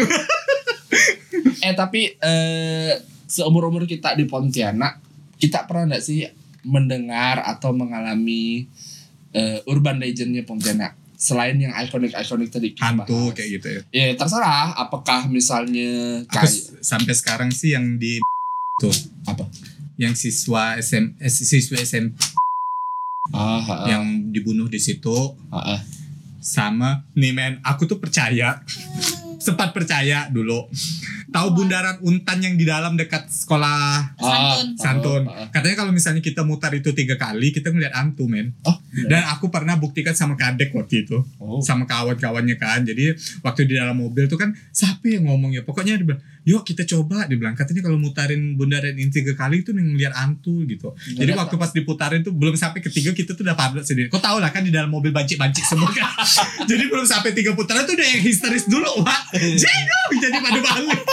Speaker 3: Eh tapi eh, seumur umur kita di Pontianak, kita pernah nggak sih mendengar atau mengalami eh, urban legendnya Pontianak selain yang ikonik-ikonik tadi? kita bahas?
Speaker 4: hantu kayak gitu ya
Speaker 3: Ya terserah. Apakah misalnya
Speaker 4: aku
Speaker 3: kayak
Speaker 4: s- sampai sekarang sih yang di tuh
Speaker 3: apa?
Speaker 4: yang siswa SM eh, siswa SM
Speaker 3: Ah, ah, ah,
Speaker 4: yang dibunuh di situ
Speaker 3: ah, ah.
Speaker 4: sama nih men aku tuh percaya sempat percaya dulu tahu bundaran untan yang di dalam dekat sekolah
Speaker 2: Santun.
Speaker 3: Ah,
Speaker 4: Santun
Speaker 3: ah, ah.
Speaker 4: katanya kalau misalnya kita mutar itu tiga kali kita ngeliat hantu men
Speaker 3: Oh,
Speaker 4: dan aku pernah buktikan sama kadek waktu itu
Speaker 3: Oh.
Speaker 4: sama kawan-kawannya kan jadi waktu di dalam mobil tuh kan siapa yang ngomong ya pokoknya dia bilang yuk kita coba dia bilang katanya kalau mutarin bundaran ini tiga kali itu ngeliat hantu gitu jadi
Speaker 3: Ngeliat
Speaker 4: waktu pas diputarin tuh belum sampai ketiga kita tuh udah padat sendiri kau tau lah kan di dalam mobil bancik-bancik semua kan jadi belum sampai tiga putaran tuh udah yang histeris dulu wah
Speaker 3: Iya.
Speaker 4: jadung jadi pada balik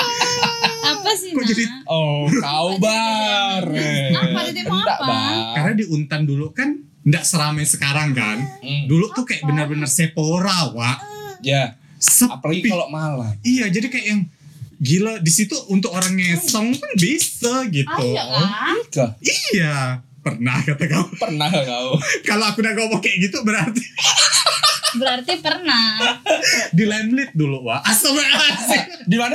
Speaker 2: Apa sih
Speaker 4: Kok
Speaker 2: nak?
Speaker 4: jadi- gitu?
Speaker 3: Oh, kau bar.
Speaker 2: Apa, jadi mau
Speaker 3: Enggak,
Speaker 2: apa?
Speaker 3: Bar.
Speaker 4: karena di Untan dulu kan ndak seramai sekarang kan
Speaker 3: Hmm,
Speaker 4: dulu tuh kayak benar-benar sepora wah
Speaker 3: Ya, apalagi
Speaker 4: sepi
Speaker 3: kalau malam.
Speaker 4: Iya, jadi kayak yang gila di situ untuk orang ngesong kan bisa gitu.
Speaker 2: Ayo lah.
Speaker 3: Kah,
Speaker 4: Iya, pernah kata kamu.
Speaker 3: Pernah kau?
Speaker 4: Kalau aku udah ngomong kayak gitu berarti
Speaker 2: Berarti pernah.
Speaker 4: di lemlit dulu, Wak. Astagfirullahaladzim.
Speaker 3: Di mana?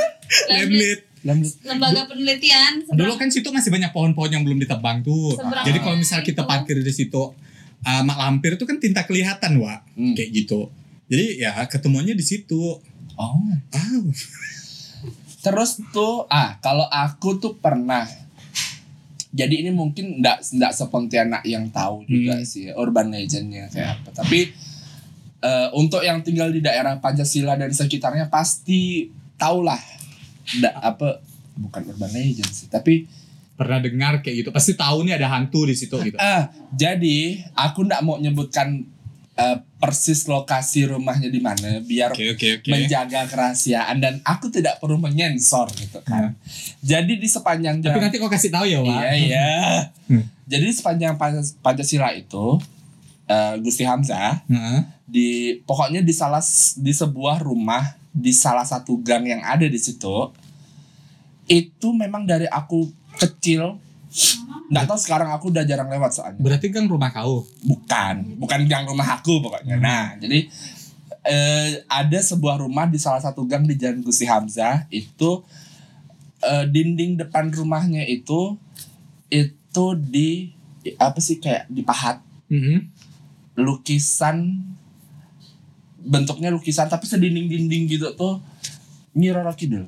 Speaker 4: lemlit.
Speaker 3: Lemlet.
Speaker 2: Lembaga penelitian.
Speaker 4: Dulu kan situ masih banyak pohon-pohon yang belum ditebang tuh.
Speaker 2: Seberang
Speaker 4: Jadi kalau misalnya kita
Speaker 2: itu.
Speaker 4: parkir di situ eh, mak lampir itu kan tinta kelihatan, Wak.
Speaker 3: Hmm.
Speaker 4: Kayak gitu. Jadi ya ketemuannya di situ.
Speaker 3: Oh.
Speaker 4: Wow.
Speaker 3: Terus tuh ah kalau aku tuh pernah. Jadi ini mungkin ndak ndak sepontianak yang tahu juga
Speaker 4: Hmm.
Speaker 3: sih urban legendnya kayak apa. Tapi eh, untuk yang tinggal di daerah Pancasila dan sekitarnya pasti tahulah ndak apa bukan urban legend sih tapi
Speaker 4: Pernah dengar kayak gitu. Pasti tahu nih ada hantu di situ gitu.
Speaker 3: ah jadi aku ndak mau nyebutkan eh, persis lokasi rumahnya di mana biar
Speaker 4: Oke, oke, oke.
Speaker 3: menjaga kerahasiaan dan aku tidak perlu menyensor gitu kan. Jadi di sepanjang
Speaker 4: Hmm. Tapi
Speaker 3: jalan
Speaker 4: nanti kau kasih tahu ya, Wak.
Speaker 3: Iya iya.
Speaker 4: Hmm.
Speaker 3: Jadi sepanjang Pan- Pancasila itu eh, Gusti Hamzah
Speaker 4: Heeh.
Speaker 3: di pokoknya di salah s- di sebuah rumah di salah satu gang yang ada di situ itu memang dari aku kecil nggak tahu sekarang aku udah jarang lewat soalnya
Speaker 4: Berarti gang rumah kau.
Speaker 3: bukan bukan gang rumah aku pokoknya
Speaker 4: Hmm.
Speaker 3: nah jadi eh, ada sebuah rumah di salah satu gang di Jalan Gusti Hamzah itu eh, dinding depan rumahnya itu itu di di- apa sih kayak dipahat
Speaker 4: Mm-hmm.
Speaker 3: lukisan bentuknya lukisan tapi sedinding-dinding gitu tuh Nyi Roro Kidul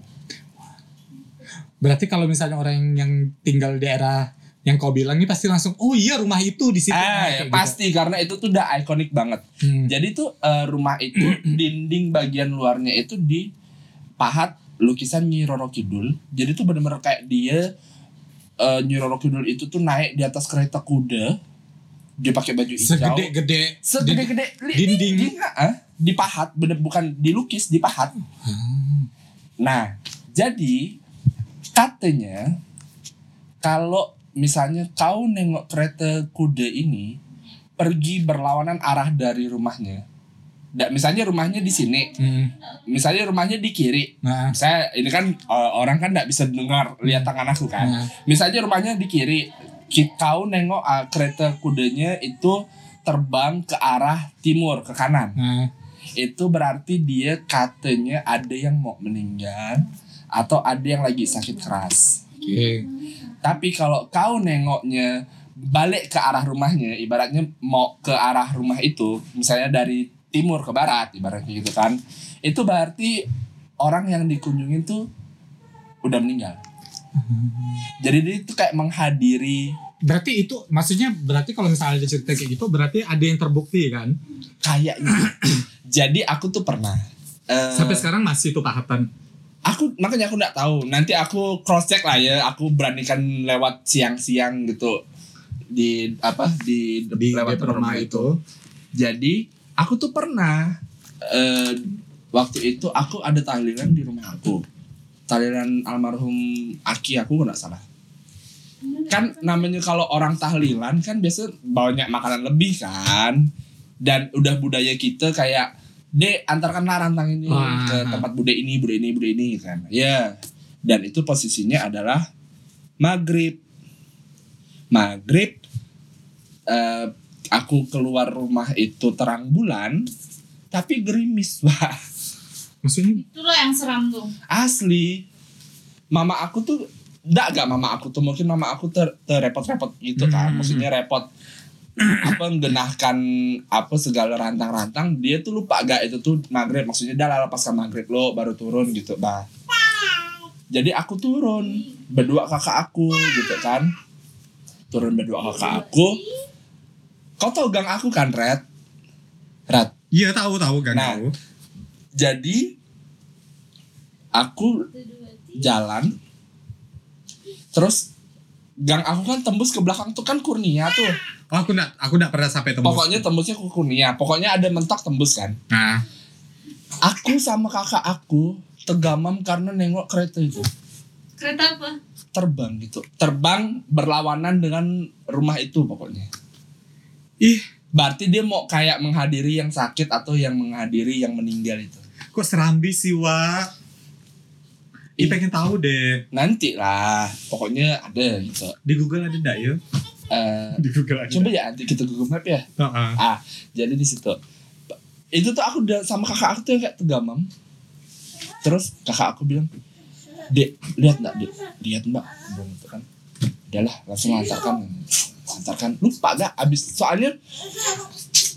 Speaker 4: Berarti kalau misalnya orang yang- yang tinggal di daerah yang kau bilang ini pasti langsung oh iya rumah itu di situ. Nah,
Speaker 3: eh
Speaker 4: kayak gitu.
Speaker 3: pasti karena itu tuh udah ikonik banget
Speaker 4: Hmm.
Speaker 3: Jadi tuh eh, rumah itu dinding bagian luarnya itu dipahat lukisan Nyi Roro Kidul. Jadi tuh bener-bener kayak dia eh, Nyi Roro Kidul itu tuh naik di atas kereta kuda. Dia pakai baju hijau.
Speaker 4: Segede-gede.
Speaker 3: Segede-gede li-
Speaker 4: Dinding.
Speaker 3: di- ah, dipahat bener bukan dilukis dipahat.
Speaker 4: Hmm.
Speaker 3: Nah, jadi katanya kalau misalnya kau nengok kereta kuda ini pergi berlawanan arah dari rumahnya. Nggak, misalnya rumahnya di sini,
Speaker 4: Hmm.
Speaker 3: misalnya rumahnya di kiri.
Speaker 4: Nah.
Speaker 3: Saya ini kan eh, orang kan nggak bisa dengar lihat tangan aku kan.
Speaker 4: Nah.
Speaker 3: Misalnya rumahnya di kiri, ki- kau nengok ah, kereta kudanya itu terbang ke arah timur ke kanan
Speaker 4: Nah.
Speaker 3: itu berarti dia katanya ada yang mau meninggal atau ada yang lagi sakit keras.
Speaker 4: Oke.
Speaker 3: Tapi kalau kau nengoknya balik ke arah rumahnya, ibaratnya mau ke arah rumah itu, misalnya dari timur ke barat, ibaratnya gitu kan, itu berarti orang yang dikunjungin tuh udah meninggal. Jadi dia itu kayak menghadiri
Speaker 4: Berarti itu maksudnya berarti kalau misalnya ada cerita kayak gitu berarti ada yang terbukti kan?
Speaker 3: kayaknya. Jadi aku tuh pernah. eh,
Speaker 4: Sampai sekarang masih itu pahatan.
Speaker 3: aku makanya aku nggak tahu nanti aku cross check lah ya aku beranikan lewat siang-siang gitu di apa di,
Speaker 4: Di
Speaker 3: lewat
Speaker 4: depan
Speaker 3: rumah
Speaker 4: rumah
Speaker 3: itu. Jadi aku tuh pernah eh, waktu itu aku ada tahlilan di rumah aku. Tahlilan almarhum Aki aku kalau nggak salah. Kan namanya kalau orang tahlilan kan biasa banyak makanan lebih kan. Dan udah budaya kita kayak Dek antarkanlah rantang ini
Speaker 4: Wah.
Speaker 3: ke tempat bude ini, bude ini, bude ini kan. Ya. Dan itu posisinya adalah maghrib. Maghrib, eh, aku keluar rumah itu terang bulan, tapi gerimis wah
Speaker 4: Maksudnya
Speaker 2: Itu loh yang seram tuh.
Speaker 3: asli. Mama aku tuh, enggak gak mama aku tuh mungkin mama aku ter terrepot-repot gitu kan,
Speaker 4: Hmm.
Speaker 3: maksudnya repot apa menggenahkan apa segala rantang-rantang dia tuh lupa gak itu tuh maghrib maksudnya dah lah pasca maghrib lo baru turun gitu bah jadi aku turun berdua kakak aku gitu kan turun berdua kakak aku kau tau gang aku kan red red
Speaker 4: Iya tahu tahu gak
Speaker 3: Nah.
Speaker 4: tahu.
Speaker 3: jadi aku jalan terus gang aku kan tembus ke belakang tuh kan kurnia tuh
Speaker 4: Oh, aku gak aku gak pernah sampai tembus.
Speaker 3: pokoknya tembusnya ke kurnia pokoknya ada mentok tembus kan
Speaker 4: Nah,
Speaker 3: aku sama kakak aku tegamam karena nengok kereta itu
Speaker 2: Kereta apa?
Speaker 3: terbang gitu terbang berlawanan dengan rumah itu pokoknya
Speaker 4: ih
Speaker 3: berarti dia mau kayak menghadiri yang sakit atau yang menghadiri yang meninggal itu
Speaker 4: kok serambi sih wa.
Speaker 3: Ih.
Speaker 4: Ih pengen tahu deh.
Speaker 3: nanti lah pokoknya ada gitu
Speaker 4: Di Google ada ndak ya?
Speaker 3: Eh,
Speaker 4: Di Google ada.
Speaker 3: coba ya nanti kita Google Map ya
Speaker 4: Heeh.
Speaker 3: jadi di situ itu tuh aku udah sama kakak aku tuh yang kayak tegamam terus kakak aku bilang dek lihat nggak dek lihat mbak Aku bilang gitu kan udahlah langsung lantarkan lantarkan lupa gak abis soalnya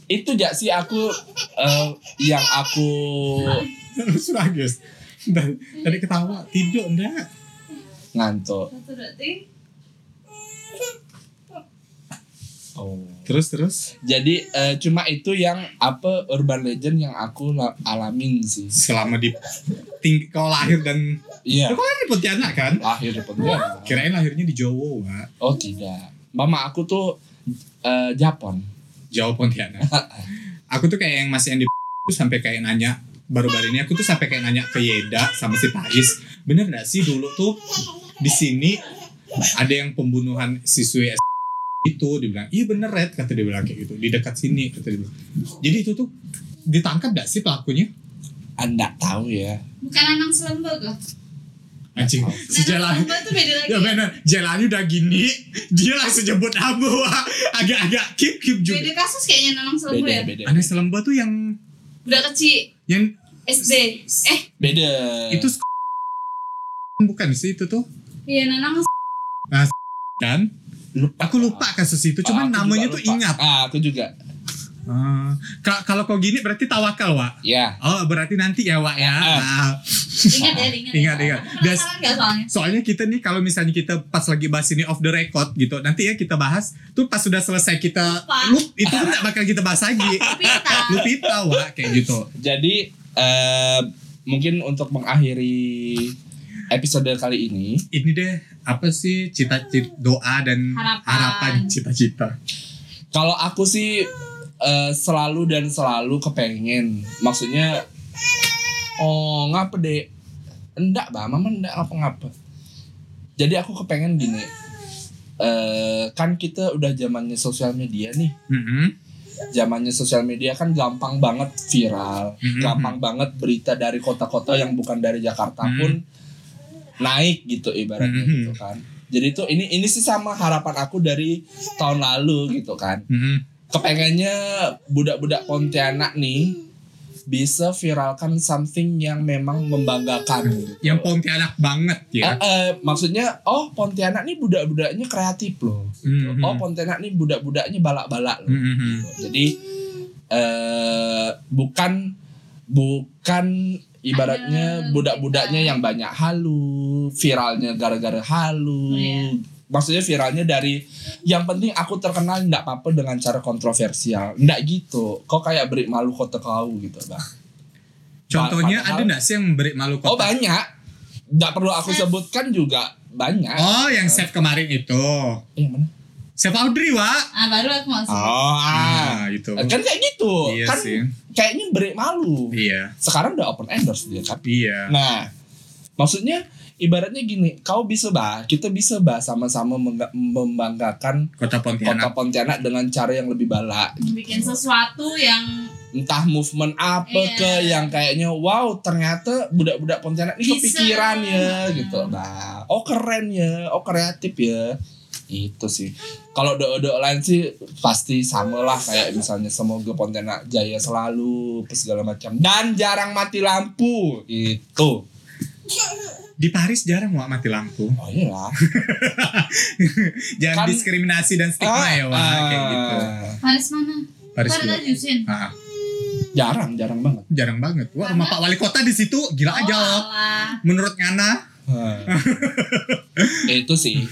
Speaker 3: itu gak sih aku eh, yang aku
Speaker 4: Surah guys. Dan tadi ketawa tidur ndak?
Speaker 3: ngantuk
Speaker 2: Satu berarti.
Speaker 3: oh
Speaker 4: Terus terus.
Speaker 3: jadi eh, cuma itu yang apa urban legend yang aku la- alamin sih
Speaker 4: Selama di tinggi kau lahir dan
Speaker 3: iya
Speaker 4: Kau lahir di Pontianak kan?
Speaker 3: lahir di Pontianak.
Speaker 4: Kirain lahirnya di Jawa, Wak.
Speaker 3: Oh tidak. Mama aku tuh eh, Japon.
Speaker 4: Jawa Pontianak. aku tuh kayak yang masih yang di tuh sampai kayak nanya baru-baru ini aku tuh sampai kayak nanya ke Yeda sama si Tais, bener gak sih dulu tuh di sini ada yang pembunuhan siswi S itu dibilang iya bener red kata dia bilang kayak gitu di dekat sini kata dia bilang jadi itu tuh ditangkap gak sih pelakunya
Speaker 3: Anda tahu ya.
Speaker 2: Bukan Anang Selamba kah?
Speaker 4: anjing
Speaker 2: Anang
Speaker 3: Nah,
Speaker 4: sejalan
Speaker 2: Selamba tuh beda lagi.
Speaker 4: ya bener jalannya udah gini dia langsung nyebut abu Wak. agak-agak keep keep
Speaker 2: Beda
Speaker 4: juga
Speaker 2: kasus kayaknya Anang Selamba ya.
Speaker 3: Beda beda.
Speaker 4: aneh selemba tuh yang
Speaker 2: Udah kecil
Speaker 4: yang
Speaker 2: SD. Eh,
Speaker 3: Beda.
Speaker 4: itu sk- bukan sih itu tuh
Speaker 2: iya Nanang
Speaker 4: kan
Speaker 3: lupa.
Speaker 4: aku lupa kasus itu
Speaker 3: Ah,
Speaker 4: cuman
Speaker 3: aku
Speaker 4: namanya
Speaker 3: juga
Speaker 4: tuh
Speaker 3: lupa.
Speaker 4: ingat
Speaker 3: Ah, aku juga.
Speaker 4: Ah, ka- kalau kau gini berarti tawakal wa
Speaker 3: Ya.
Speaker 4: oh berarti nanti ya wa ya
Speaker 3: Ah.
Speaker 4: Ah,
Speaker 2: ingat ya, ingat.
Speaker 4: ingat
Speaker 2: ya.
Speaker 4: ingat
Speaker 2: Das.
Speaker 4: Das-
Speaker 2: Gak soalnya.
Speaker 4: soalnya kita nih kalau misalnya kita pas lagi bahas ini off the record gitu nanti ya kita bahas tuh pas sudah selesai kita
Speaker 2: Lupa.
Speaker 4: lu itu tuh nggak bakal kita bahas lagi
Speaker 2: Pita.
Speaker 4: Lupita wa kayak gitu
Speaker 3: Jadi eh, mungkin untuk mengakhiri episode kali ini,
Speaker 4: ini deh apa sih cita-cita doa dan
Speaker 2: Harapan.
Speaker 4: harapan cita-cita
Speaker 3: kalau aku sih eh, selalu dan selalu kepengen. Maksudnya oh ngapa deh? Enggak, Bah. Mama enggak ngapa-ngapa. Jadi aku kepengen gini. eh kan kita udah zamannya sosial media nih.
Speaker 4: Mm-mm.
Speaker 3: zamannya sosial media kan gampang banget viral,
Speaker 4: Mhm.
Speaker 3: gampang banget berita dari kota-kota yang bukan dari Jakarta
Speaker 4: Mhm.
Speaker 3: pun naik gitu ibaratnya
Speaker 4: Mhm.
Speaker 3: gitu kan. Jadi itu ini ini sih sama harapan aku dari tahun lalu gitu kan.
Speaker 4: Mm-mm.
Speaker 3: Kepengennya budak-budak Pontianak nih bisa viralkan something yang memang membanggakan. gitu.
Speaker 4: yang Pontianak banget
Speaker 3: Eh,
Speaker 4: ya
Speaker 3: eh, maksudnya oh Pontianak nih budak-budaknya kreatif loh. gitu.
Speaker 4: Mhm.
Speaker 3: Oh Pontianak nih budak-budaknya balak-balak loh.
Speaker 4: Mm-mm.
Speaker 3: Jadi eh bukan bukan ibaratnya
Speaker 2: Ada kan?
Speaker 3: budak-budaknya
Speaker 2: berita.
Speaker 3: yang banyak halu, viralnya gara-gara halu.
Speaker 2: Oh, iya.
Speaker 3: Maksudnya viralnya dari yang penting aku terkenal nggak apa-apa dengan cara kontroversial. Nggak gitu. Kok kayak beri malu kota kau gitu, Bang.
Speaker 4: Contohnya
Speaker 3: Padahal-
Speaker 4: ada nggak sih yang memberi malu
Speaker 3: Oh,
Speaker 4: kota?
Speaker 3: banyak.
Speaker 2: Nah.
Speaker 3: Nggak perlu aku sebutkan juga banyak.
Speaker 4: Oh,
Speaker 2: Oh.
Speaker 4: yang chef kemarin itu.
Speaker 3: Eh, yang mana?
Speaker 4: Chef Audrey, Wak.
Speaker 2: ah baru aku masuk
Speaker 3: Oh, ah.
Speaker 4: Ah, itu.
Speaker 3: Kan kayak gitu.
Speaker 4: Iya
Speaker 3: kan
Speaker 4: sih.
Speaker 3: kayaknya break malu.
Speaker 4: Iya.
Speaker 3: Sekarang udah open endorse dia kan.
Speaker 4: Iya.
Speaker 3: Nah, maksudnya ibaratnya gini, kau bisa bah, kita bisa bah sama-sama mengga- membanggakan
Speaker 4: Kota
Speaker 3: kota
Speaker 4: Pontianak.
Speaker 3: Pontianak dengan cara yang lebih balak.
Speaker 2: bikin sesuatu yang
Speaker 3: Entah movement apa
Speaker 2: Iya.
Speaker 3: ke yang kayaknya wow ternyata budak-budak Pontianak ini
Speaker 2: Bisa.
Speaker 3: kepikiran ya
Speaker 2: Hmm.
Speaker 3: gitu. Nah, oh keren ya, oh kreatif ya. Itu sih. Kalau doa-doa lain sih pasti sama lah kayak misalnya semoga Pontianak jaya selalu apa segala macam dan jarang mati lampu itu.
Speaker 4: Di Paris jarang Wak mati lampu.
Speaker 3: Oh iyalah.
Speaker 4: Jangan
Speaker 3: Kan- Ah.
Speaker 4: diskriminasi dan stigma ya Wak kayak gitu.
Speaker 2: Paris mana?
Speaker 4: Paris
Speaker 2: Paris
Speaker 4: juga.
Speaker 2: ada Yusin.
Speaker 4: Ah,
Speaker 3: Jarang, jarang banget.
Speaker 4: jarang banget. Wah, rumah Pak Wali Kota di situ gila aja.
Speaker 2: Oh,
Speaker 4: Wak.
Speaker 2: alah.
Speaker 4: Menurut Ngana
Speaker 3: itu sih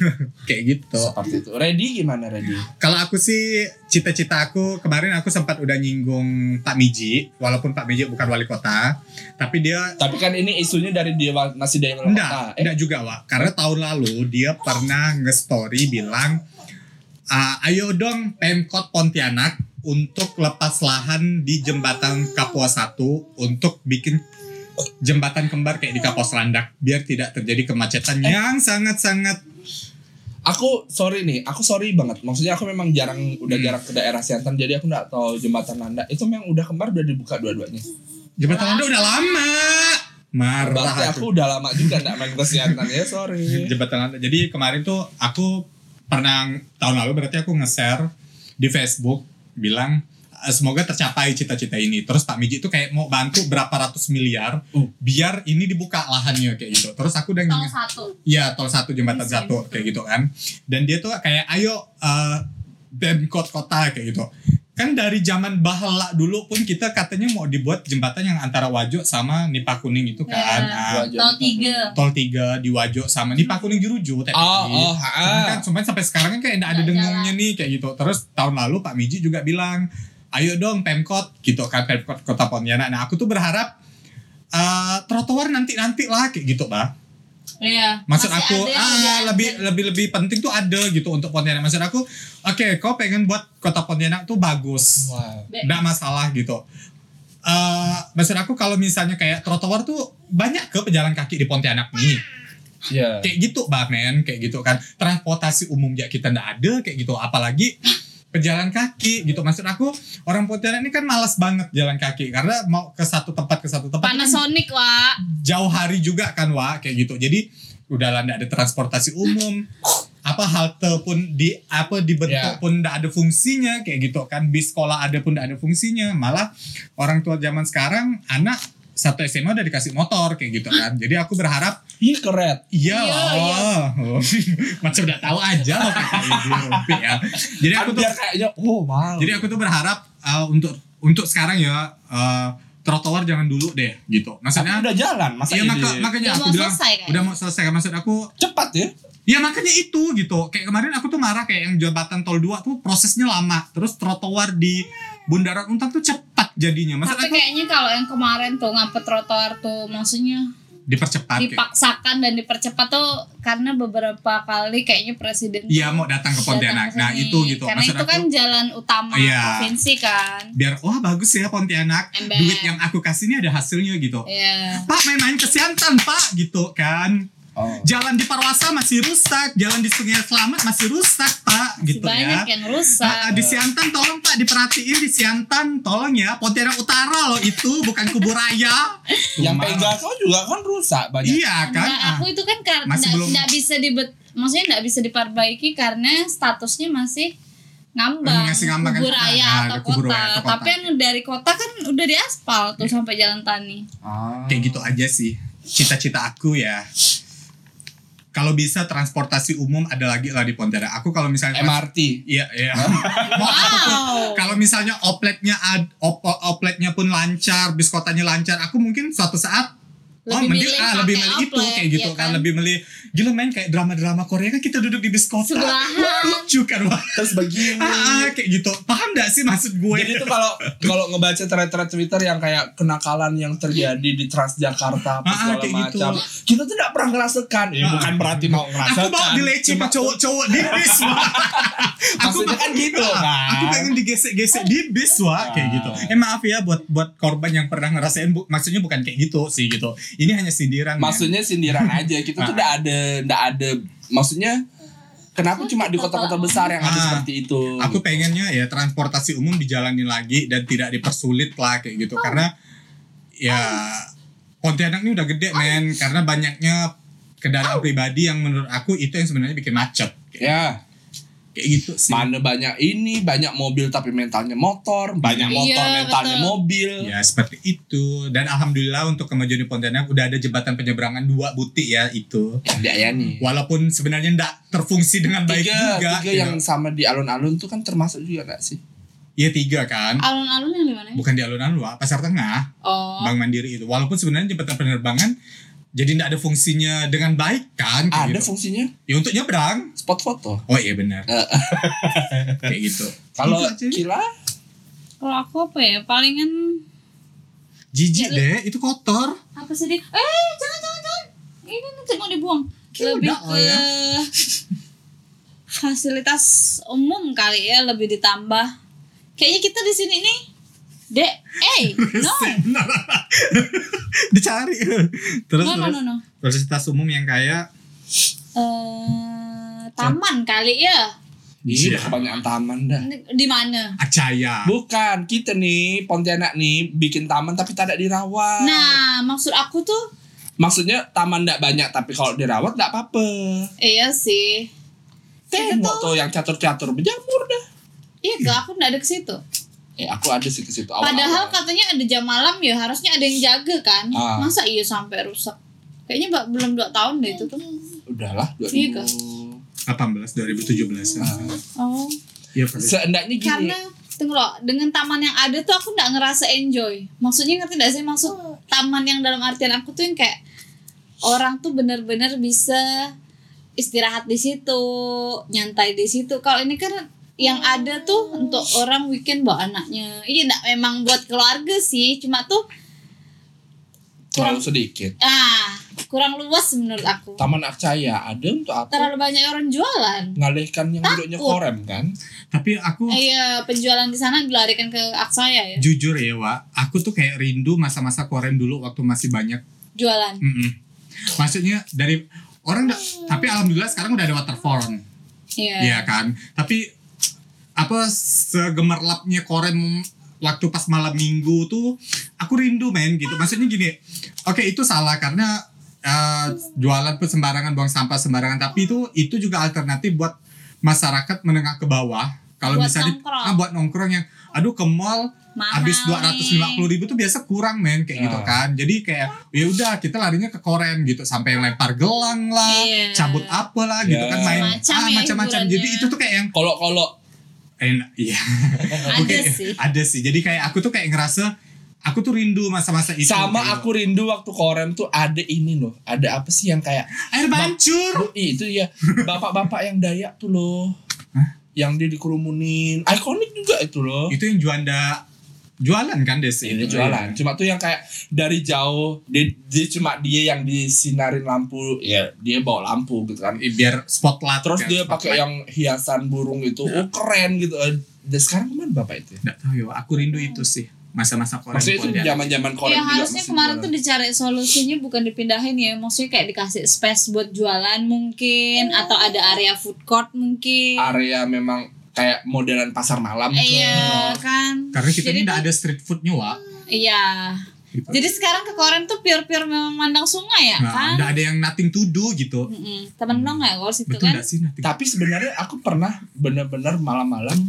Speaker 4: kayak gitu.
Speaker 3: seperti itu. Ready gimana ready?
Speaker 4: Kalau aku sih cita-cita aku kemarin aku sempat udah nyinggung Pak Miji, walaupun Pak Miji bukan wali kota, tapi dia
Speaker 3: Tapi kan ini isunya dari dia wa- masih dari kota.
Speaker 4: enggak,
Speaker 3: Eh,
Speaker 4: enggak juga, Wak. Karena tahun lalu dia pernah nge-story bilang "Ah, ayo dong Pemkot Pontianak untuk lepas lahan di jembatan Kapua 1 untuk bikin jembatan kembar kayak di Kapos Landak biar tidak terjadi
Speaker 3: Eh.
Speaker 4: kemacetan yang sangat-sangat
Speaker 3: Aku sorry nih, aku sorry banget. Maksudnya aku memang jarang udah
Speaker 4: Hmm.
Speaker 3: jarang ke daerah Siantan, jadi aku nggak tahu jembatan Nanda. Itu memang udah kembar udah dibuka dua-duanya.
Speaker 4: jembatan Anda udah lama. Marah
Speaker 3: Berarti
Speaker 4: aku.
Speaker 3: aku udah lama juga nggak main ke Siantan ya,
Speaker 2: Iya.
Speaker 3: sorry.
Speaker 4: jembatan lantai. Jadi kemarin tuh aku pernah tahun lalu berarti aku nge-share di Facebook bilang "Eh, semoga tercapai cita-cita ini. Terus Pak Miji itu kayak mau bantu berapa ratus miliar
Speaker 3: Uh.
Speaker 4: biar ini dibuka lahannya kayak gitu. Terus aku udah
Speaker 2: Tol
Speaker 4: nginget-
Speaker 2: satu.
Speaker 4: Iya tol satu jembatan
Speaker 2: Di sini.
Speaker 4: satu kayak gitu kan. Dan dia tuh kayak ayo eh pemkot kota kayak gitu. Kan dari zaman Bahala dulu pun kita katanya mau dibuat jembatan yang antara Wajo sama Nipah Kuning itu kan.
Speaker 2: Iya.
Speaker 4: Nah,
Speaker 3: Dua
Speaker 2: Tol
Speaker 3: jam.
Speaker 2: tiga.
Speaker 4: tol 3 di Wajo sama di Pakuning Jeruju TPI.
Speaker 3: Oh, oh,
Speaker 4: Cuman kan
Speaker 3: ah.
Speaker 4: cuman sampai sekarang kan kayak enggak ada
Speaker 2: Nggak
Speaker 4: dengungnya nih kayak gitu. Terus tahun lalu Pak Miji juga bilang, "Ayo dong Pemkot." gitu kan Pemkot Kota Pontianak. Nah, aku tuh berharap eh trotoar nanti-nanti lah kayak gitu, Pak.
Speaker 2: Iya.
Speaker 4: Maksud
Speaker 2: Masih
Speaker 4: aku
Speaker 2: ada ya. yang tidak
Speaker 4: ah
Speaker 2: ada.
Speaker 4: lebih lebih lebih penting tuh ada gitu untuk Pontianak. Maksud aku, oke, kau pengen buat Kota Pontianak tuh bagus
Speaker 3: Wow.
Speaker 2: Be-
Speaker 4: nggak masalah gitu. Eh, maksud aku kalau misalnya kayak trotoar tuh banyak ke pejalan kaki di Pontianak nih.
Speaker 3: Iya.
Speaker 4: Kayak gitu, Mbak Men, kayak gitu kan. Transportasi umum ya kita nggak ada kayak gitu, apalagi pejalan kaki gitu. Maksud aku orang Pontianak ini kan malas banget jalan kaki karena mau ke satu tempat ke satu tempat kan
Speaker 2: Panasonic, Wak.
Speaker 4: jauh hari juga kan Wak kayak gitu. Jadi udah lah nggak ada transportasi umum. apa halte pun di apa dibentuk
Speaker 3: Ya.
Speaker 4: pun nggak ada fungsinya kayak gitu kan bis sekolah ada pun nggak ada fungsinya malah orang tua zaman sekarang anak satu SMA udah dikasih motor kayak gitu kan jadi aku berharap
Speaker 3: Ih keren.
Speaker 4: iya
Speaker 2: Iya,
Speaker 4: loh macam udah tahu aja loh kata Ibu Rupi ya jadi aku
Speaker 3: Kan
Speaker 4: tuh
Speaker 3: dia kayaknya oh wow.
Speaker 4: jadi aku tuh berharap eh, untuk untuk sekarang ya eh, trotoar jangan dulu deh gitu
Speaker 3: Tapi
Speaker 4: maksudnya
Speaker 3: udah jalan masa
Speaker 4: Iya
Speaker 3: ini
Speaker 4: maka, makanya
Speaker 2: Udah
Speaker 4: aku
Speaker 2: mau
Speaker 4: bilang
Speaker 2: selesai kayaknya.
Speaker 4: udah mau selesai maksud aku
Speaker 3: cepat ya.
Speaker 4: ya makanya itu gitu kayak kemarin aku tuh marah kayak yang jembatan tol 2 tuh prosesnya lama terus trotoar di Bundaran Untam tuh cepat jadinya maksud
Speaker 2: Tapi
Speaker 4: aku
Speaker 2: kayaknya kalau yang kemarin tuh ngapain trotoar tuh maksudnya
Speaker 4: dipercepat kayak-
Speaker 2: dipaksakan dan dipercepat tuh karena beberapa kali kayaknya presiden
Speaker 4: Iya mau datang ke
Speaker 2: datang
Speaker 4: Pontianak.
Speaker 2: ke
Speaker 4: Nah
Speaker 2: sini.
Speaker 4: itu gitu.
Speaker 2: Karena
Speaker 4: Maksud
Speaker 2: itu kan
Speaker 4: aku
Speaker 2: jalan utama
Speaker 4: Iya.
Speaker 2: provinsi kan.
Speaker 4: biar wah bagus ya Pontianak.
Speaker 2: Ember.
Speaker 4: Duit yang aku kasih ini ada hasilnya gitu.
Speaker 2: Iya.
Speaker 4: Pak main-main ke Siantan Pak gitu kan.
Speaker 3: Oh.
Speaker 4: Jalan di Parwasa masih rusak, jalan di Sungai Selamat masih rusak Pak
Speaker 2: Masih
Speaker 4: gitu ya.
Speaker 2: banyak yang rusak.
Speaker 4: Ah, ah, di Siantan tolong Pak diperhatiin di Siantan tolong ya Pontianak Utara loh itu bukan Kuburaya.
Speaker 3: Yang
Speaker 4: Cuma-
Speaker 3: pegang kau juga kan rusak banyak.
Speaker 4: Iya kan.
Speaker 2: Nggak,
Speaker 4: ah.
Speaker 2: aku itu kan karena
Speaker 4: Masih belum-
Speaker 2: tidak bisa dibet, maksudnya tidak bisa diperbaiki karena statusnya masih ngambang,
Speaker 4: Masih ngambang kan?
Speaker 2: kubur
Speaker 4: Nah,
Speaker 2: raya
Speaker 4: nah,
Speaker 2: atau,
Speaker 4: kubur
Speaker 2: kota.
Speaker 4: raya atau kota. Iya.
Speaker 2: Tapi yang dari kota kan udah diaspal tuh sampai jalan tani.
Speaker 3: Ah.
Speaker 4: kayak gitu aja sih cita-cita aku ya kalau bisa transportasi umum ada lagi lah di Pontianak aku kalau misalnya
Speaker 3: MRT.
Speaker 4: iya iya
Speaker 2: Wow.
Speaker 4: kalau misalnya opletnya ad, op, opletnya pun lancar bis kotanya lancar aku mungkin suatu saat oh mending ah lebih milih
Speaker 2: pakai
Speaker 4: itu
Speaker 2: outlet,
Speaker 4: kayak gitu
Speaker 2: iya
Speaker 4: kan? lebih milih gila main kayak drama-drama Korea kan kita duduk di bis kota
Speaker 2: Sebelahan.
Speaker 4: lucu kan Wak?
Speaker 3: terus begini
Speaker 4: ah, ah, kayak gitu paham gak sih maksud gue
Speaker 3: Jadi tuh kalau kalau ngebaca thread-thread Twitter yang kayak kenakalan yang terjadi di Transjakarta apa
Speaker 4: Ah, ah,
Speaker 3: segala
Speaker 4: kayak gitu.
Speaker 3: macam, kita tuh tidak pernah ngerasakan. Ya,
Speaker 4: Ah.
Speaker 3: bukan berarti mau
Speaker 4: aku
Speaker 3: ngerasakan.
Speaker 4: mau dileci
Speaker 3: Cuma
Speaker 4: sama cowok-cowok di bis Wak.
Speaker 3: Maksudnya kan gitu kan.
Speaker 4: aku pengen digesek-gesek di bis Wak, kayak gitu eh maaf ya buat buat korban yang pernah ngerasain bu- maksudnya bukan kayak gitu sih gitu ini hanya sindiran ya. men.
Speaker 3: Maksudnya sindiran aja. Kita tuh
Speaker 4: Ah.
Speaker 3: tidak ada tidak ada. Maksudnya kenapa cuma di kota-kota besar yang ada
Speaker 4: Ah.
Speaker 3: seperti itu?
Speaker 4: aku pengennya ya transportasi umum dijalanin lagi dan tidak dipersulit lah kayak gitu karena ya Pontianak ini udah gede men karena banyaknya kendaraan pribadi yang menurut aku itu yang sebenarnya bikin macet kayak,
Speaker 3: Ya,
Speaker 4: kayak gitu sih
Speaker 3: mana banyak ini, banyak mobil tapi mentalnya motor, banyak
Speaker 2: Iya,
Speaker 3: motor mentalnya
Speaker 2: betul.
Speaker 3: mobil.
Speaker 4: ya seperti itu dan alhamdulillah untuk kemajuan di Pontianak udah ada jembatan penyeberangan dua butik ya itu
Speaker 3: Ya, ya nih.
Speaker 4: walaupun sebenarnya ndak terfungsi dengan baik
Speaker 3: tiga, tiga
Speaker 4: juga gitu.
Speaker 3: yang sama di alun-alun tuh kan termasuk juga gak sih?
Speaker 4: iya tiga kan
Speaker 3: Ah.
Speaker 2: Alun-alun yang di mana? ya?
Speaker 4: bukan di alun-alun Wak, pasar tengah
Speaker 2: Oh.
Speaker 4: Bank Mandiri itu. Walaupun sebenarnya jembatan penerbangan jadi tidak ada fungsinya dengan baik kan? kayak
Speaker 3: Ada
Speaker 4: gitu.
Speaker 3: fungsinya
Speaker 4: Ya untuk nyebrang.
Speaker 3: spot foto.
Speaker 4: Oh iya benar.
Speaker 3: Eh.
Speaker 4: kayak gitu.
Speaker 3: Kalau
Speaker 4: Itu aja.
Speaker 3: Kila,
Speaker 2: Kalau aku apa ya? Palingan
Speaker 4: jijik deh, itu kotor.
Speaker 2: apa sih? Dik? Eh, jangan jangan jangan. Ini nanti mau dibuang.
Speaker 4: Kira
Speaker 2: lebih
Speaker 4: udah, oh
Speaker 2: ke
Speaker 4: ya.
Speaker 2: fasilitas umum kali ya lebih ditambah. Kayaknya kita di sini nih. Dek, eh, no.
Speaker 4: Benar. Dicari. Terus
Speaker 2: No, no, no, no.
Speaker 4: fasilitas umum yang kayak
Speaker 2: Eh, taman kali ya.
Speaker 3: ini
Speaker 4: Iya.
Speaker 3: kebanyakan taman dah.
Speaker 2: Di mana?
Speaker 4: Acaya.
Speaker 3: Bukan, kita nih Pontianak nih bikin taman tapi tidak
Speaker 4: Ah.
Speaker 3: dirawat.
Speaker 2: Nah, maksud aku tuh
Speaker 3: Maksudnya taman tidak banyak tapi kalau dirawat tidak apa-apa.
Speaker 2: iya sih. Kita
Speaker 3: Tembok
Speaker 2: tuh
Speaker 3: tuh yang catur-catur berjamur dah.
Speaker 2: iya gak aku nggak ada ke situ.
Speaker 3: Eh, aku ada sih ke situ awal.
Speaker 2: Padahal kan- katanya ada jam malam ya harusnya ada yang jaga kan.
Speaker 3: Ah.
Speaker 2: Masa iya sampai rusak? Kayaknya mbak belum 2 tahun deh itu tuh.
Speaker 4: Hmm.
Speaker 3: udahlah 2000.
Speaker 2: Iya, Kak.
Speaker 4: 18 2017. Ah.
Speaker 2: Oh.
Speaker 4: Iya, fasilitas-
Speaker 3: Seandainya gini.
Speaker 2: Karena tunggu loh, dengan taman yang ada tuh aku nggak ngerasa enjoy. Maksudnya ngerti gak sih maksud taman yang dalam artian aku tuh yang kayak orang tuh bener-bener bisa istirahat di situ, nyantai di situ. Kalau ini kan yang ada tuh untuk orang weekend bawa anaknya. Iya enggak memang buat keluarga sih, cuma tuh
Speaker 3: terlalu sedikit.
Speaker 2: ah kurang luas menurut aku.
Speaker 3: Taman Akcaya ada untuk apa?
Speaker 2: Terlalu banyak orang jualan.
Speaker 3: Ngalihkan yang duduknya
Speaker 2: Takut.
Speaker 3: korem kan?
Speaker 4: Tapi aku
Speaker 2: Eh, Iya, penjualan di sana dilarikan ke Aksaya ya.
Speaker 4: jujur ya, Wak, aku tuh kayak rindu masa-masa korem dulu waktu masih banyak
Speaker 2: Jualan.
Speaker 4: Mm-mm. Maksudnya dari orang da-
Speaker 2: Hmm.
Speaker 4: tapi alhamdulillah sekarang udah ada waterfront.
Speaker 2: Iya.
Speaker 4: Iya kan? Tapi apa segemerlapnya korem waktu pas malam minggu tuh aku rindu men gitu. Maksudnya gini. Oke, itu salah karena eh, jualan pun sembarangan buang sampah sembarangan, tapi itu itu juga alternatif buat masyarakat menengah ke bawah. Kalau
Speaker 2: Buat
Speaker 4: bisa di-
Speaker 2: nongkrong.
Speaker 4: ah, buat nongkrong yang aduh ke mall
Speaker 2: Mahal
Speaker 4: habis dua
Speaker 2: nih.
Speaker 4: ribu tuh biasa kurang men kayak
Speaker 3: Ya.
Speaker 4: gitu kan jadi kayak ya udah kita larinya ke korem gitu sampai lempar gelang lah
Speaker 2: Iya.
Speaker 4: cabut apa lah gitu
Speaker 3: Ya.
Speaker 4: kan main
Speaker 2: Macam
Speaker 4: ah,
Speaker 2: ya
Speaker 4: macam-macam
Speaker 2: hiburannya.
Speaker 4: jadi itu tuh kayak yang
Speaker 3: Kalau kalau
Speaker 4: enak iya
Speaker 2: Ada
Speaker 4: Oke,
Speaker 2: sih.
Speaker 4: ada sih jadi kayak aku tuh kayak ngerasa aku tuh rindu masa-masa itu
Speaker 3: sama
Speaker 4: gitu.
Speaker 3: aku rindu waktu korem tuh ada ini loh ada apa sih yang kayak
Speaker 4: air
Speaker 3: Bu,
Speaker 4: bancur
Speaker 3: ih, itu ya bapak-bapak yang Dayak tuh loh yang dia dikerumunin ikonik juga itu loh
Speaker 4: itu yang juanda jualan kan desi
Speaker 3: ini Iya, jualan cuma tuh yang kayak dari jauh dia, dia cuma dia yang disinarin lampu ya dia bawa lampu gitu kan
Speaker 4: biar spotlight
Speaker 3: terus
Speaker 4: kan,
Speaker 3: dia pakai
Speaker 4: spotlight. Iya.
Speaker 3: yang hiasan burung itu oh keren gitu Eh, dan sekarang kemana bapak itu ya?
Speaker 4: nggak tahu ya aku rindu itu sih masa-masa korem
Speaker 3: maksudnya itu
Speaker 4: Pontianak.
Speaker 3: zaman-zaman korem
Speaker 2: ya
Speaker 3: juga
Speaker 2: harusnya
Speaker 3: masih
Speaker 2: kemarin
Speaker 4: eh.
Speaker 3: jualan.
Speaker 2: tuh dicari solusinya bukan dipindahin ya maksudnya kayak dikasih space buat jualan mungkin atau ada area food court mungkin
Speaker 4: Ah,
Speaker 3: area memang kayak modelan pasar malam gitu. tuh.
Speaker 2: iya kan
Speaker 4: karena kita
Speaker 2: Jadi
Speaker 4: ini nggak
Speaker 2: tuh-
Speaker 4: ada street foodnya wak
Speaker 2: iya
Speaker 4: Gitu.
Speaker 2: jadi sekarang ke Koren tuh pure-pure memang mandang sungai ya
Speaker 4: Nah,
Speaker 2: kan
Speaker 4: nggak ada yang nothing to do gitu.
Speaker 2: Mm-mm. temen dong nggak kalau situ
Speaker 4: Betul
Speaker 2: kan
Speaker 4: nggak sih nothing?
Speaker 3: Tapi sebenarnya aku pernah benar-benar malam-malam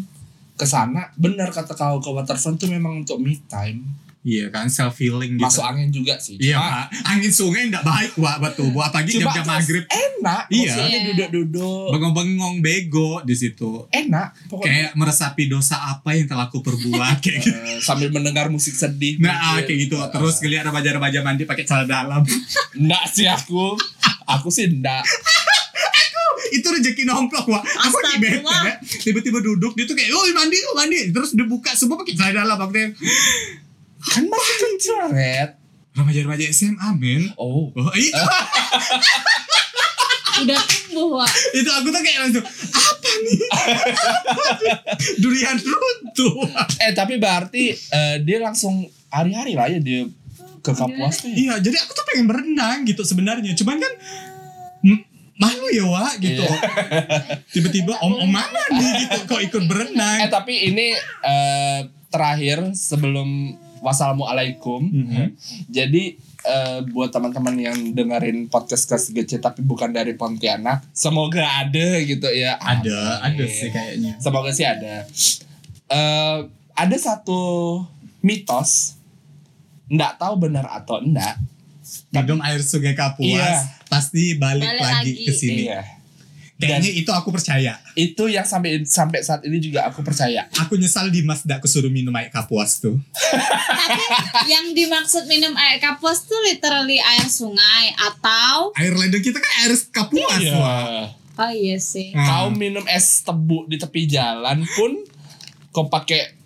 Speaker 3: ke sana. Benar kata kau ke waterfront tuh memang untuk me time.
Speaker 4: Iya kan self healing gitu.
Speaker 3: Masuk angin juga sih.
Speaker 4: Iya
Speaker 3: Cuma-
Speaker 4: pak, angin sungai tidak baik pak buat tubuh, apalagi
Speaker 3: Cuma
Speaker 4: jam-jam
Speaker 3: pas
Speaker 4: maghrib
Speaker 3: enak.
Speaker 4: Iya.
Speaker 3: Maksudnya duduk-duduk.
Speaker 4: bengong-bengong bego di situ.
Speaker 3: Enak. Pokoknya.
Speaker 4: Kayak meresapi dosa apa yang telah aku perbuat kayak gitu.
Speaker 3: Eh, sambil mendengar musik sedih.
Speaker 4: Nah ah,
Speaker 3: mungkin.
Speaker 4: kayak gitu terus ngeliat remaja-remaja mandi pakai celana dalam.
Speaker 3: Enggak sih aku. aku sih enggak.
Speaker 4: itu rezeki nomplok wah aku di bed
Speaker 2: Astagfirullah.
Speaker 4: ya. tiba-tiba duduk dia tuh kayak oh mandi oh mandi terus dibuka semua pakai celana dalam waktu
Speaker 3: Kan masih kecil, Red.
Speaker 4: remaja-remaja SMA men
Speaker 3: Oh.
Speaker 4: oh itu
Speaker 2: udah tumbuh Wak.
Speaker 4: itu aku tuh kayak langsung apa nih Apa nih? durian runtuh
Speaker 3: Eh tapi berarti eh, dia langsung hari-hari lah ya dia ke Kapuas tuh. ya.
Speaker 4: iya jadi aku tuh pengen berenang gitu sebenarnya cuman kan m- malu ya wa gitu
Speaker 3: Iya.
Speaker 4: tiba-tiba om om mana nih gitu kok ikut
Speaker 3: Eh
Speaker 4: berenang
Speaker 3: tapi ini eh, terakhir sebelum wassalamualaikum.
Speaker 4: Mhm.
Speaker 3: Jadi eh, buat teman-teman yang dengerin podcast kelas 3C tapi bukan dari Pontianak, semoga ada gitu ya.
Speaker 4: ada
Speaker 3: Amin.
Speaker 4: ada sih kayaknya
Speaker 3: Semoga sih ada. Eh, ada satu mitos, nggak tahu benar atau enggak.
Speaker 4: minum air sungai Kapuas
Speaker 3: Iya.
Speaker 4: pasti balik,
Speaker 2: Balik
Speaker 4: lagi,
Speaker 2: lagi.
Speaker 4: ke sini.
Speaker 3: Iya.
Speaker 4: Kayaknya itu aku percaya.
Speaker 3: Itu yang sampai sampai saat ini juga aku percaya.
Speaker 4: Aku nyesal Dimas tidak kesuruh minum air Kapuas tuh.
Speaker 2: tapi yang dimaksud minum air kapuas tuh literally air sungai atau
Speaker 4: Air ledeng kita kan air Kapuas.
Speaker 3: Iya.
Speaker 4: Wak.
Speaker 2: oh iya sih
Speaker 4: Hmm.
Speaker 3: Kau minum es tebu di tepi jalan pun kau pakai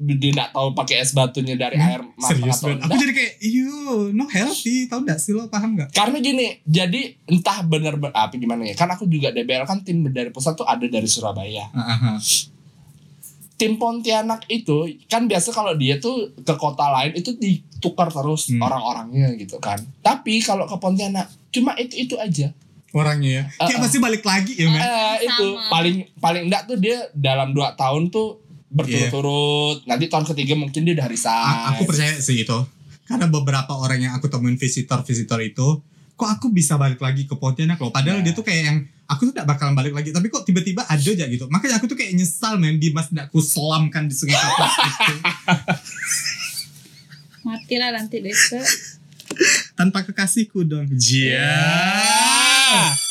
Speaker 3: dia nggak tahu pakai es batunya dari air mata
Speaker 4: Hmm, Serius
Speaker 3: atau
Speaker 4: banget. Aku
Speaker 3: enggak.
Speaker 4: jadi kayak, you no healthy. Tahu nggak sih lo paham nggak?
Speaker 3: Karena gini, jadi entah benar apa gimana ya. Kan aku juga DBL kan tim dari pusat tuh ada dari Surabaya.
Speaker 4: Aha.
Speaker 3: tim Pontianak itu kan biasa kalau dia tuh ke kota lain itu ditukar terus
Speaker 4: Hmm.
Speaker 3: orang-orangnya gitu kan. Tapi kalau ke Pontianak cuma itu itu aja.
Speaker 4: Orangnya ya. Kayak
Speaker 3: Uh-uh.
Speaker 4: pasti balik lagi ya men.
Speaker 3: Eh, itu
Speaker 2: Sama.
Speaker 3: paling paling enggak tuh dia dalam dua tahun tuh berturut-turut. Nanti tahun ketiga mungkin dia udah resign.
Speaker 4: A- Iya. Aku percaya sih itu. Karena beberapa orang yang aku temuin visitor-visitor itu, kok aku bisa balik lagi ke Pontianak loh. Padahal
Speaker 3: Ya.
Speaker 4: dia tuh kayak yang aku tuh tidak bakalan balik lagi. Tapi kok tiba-tiba ada aja gitu. Makanya aku tuh kayak nyesal men Dimas tidak aku selamkan di sungai kapas itu.
Speaker 2: matilah nanti besok
Speaker 4: tanpa kekasihku dong. Jia.
Speaker 3: Ya.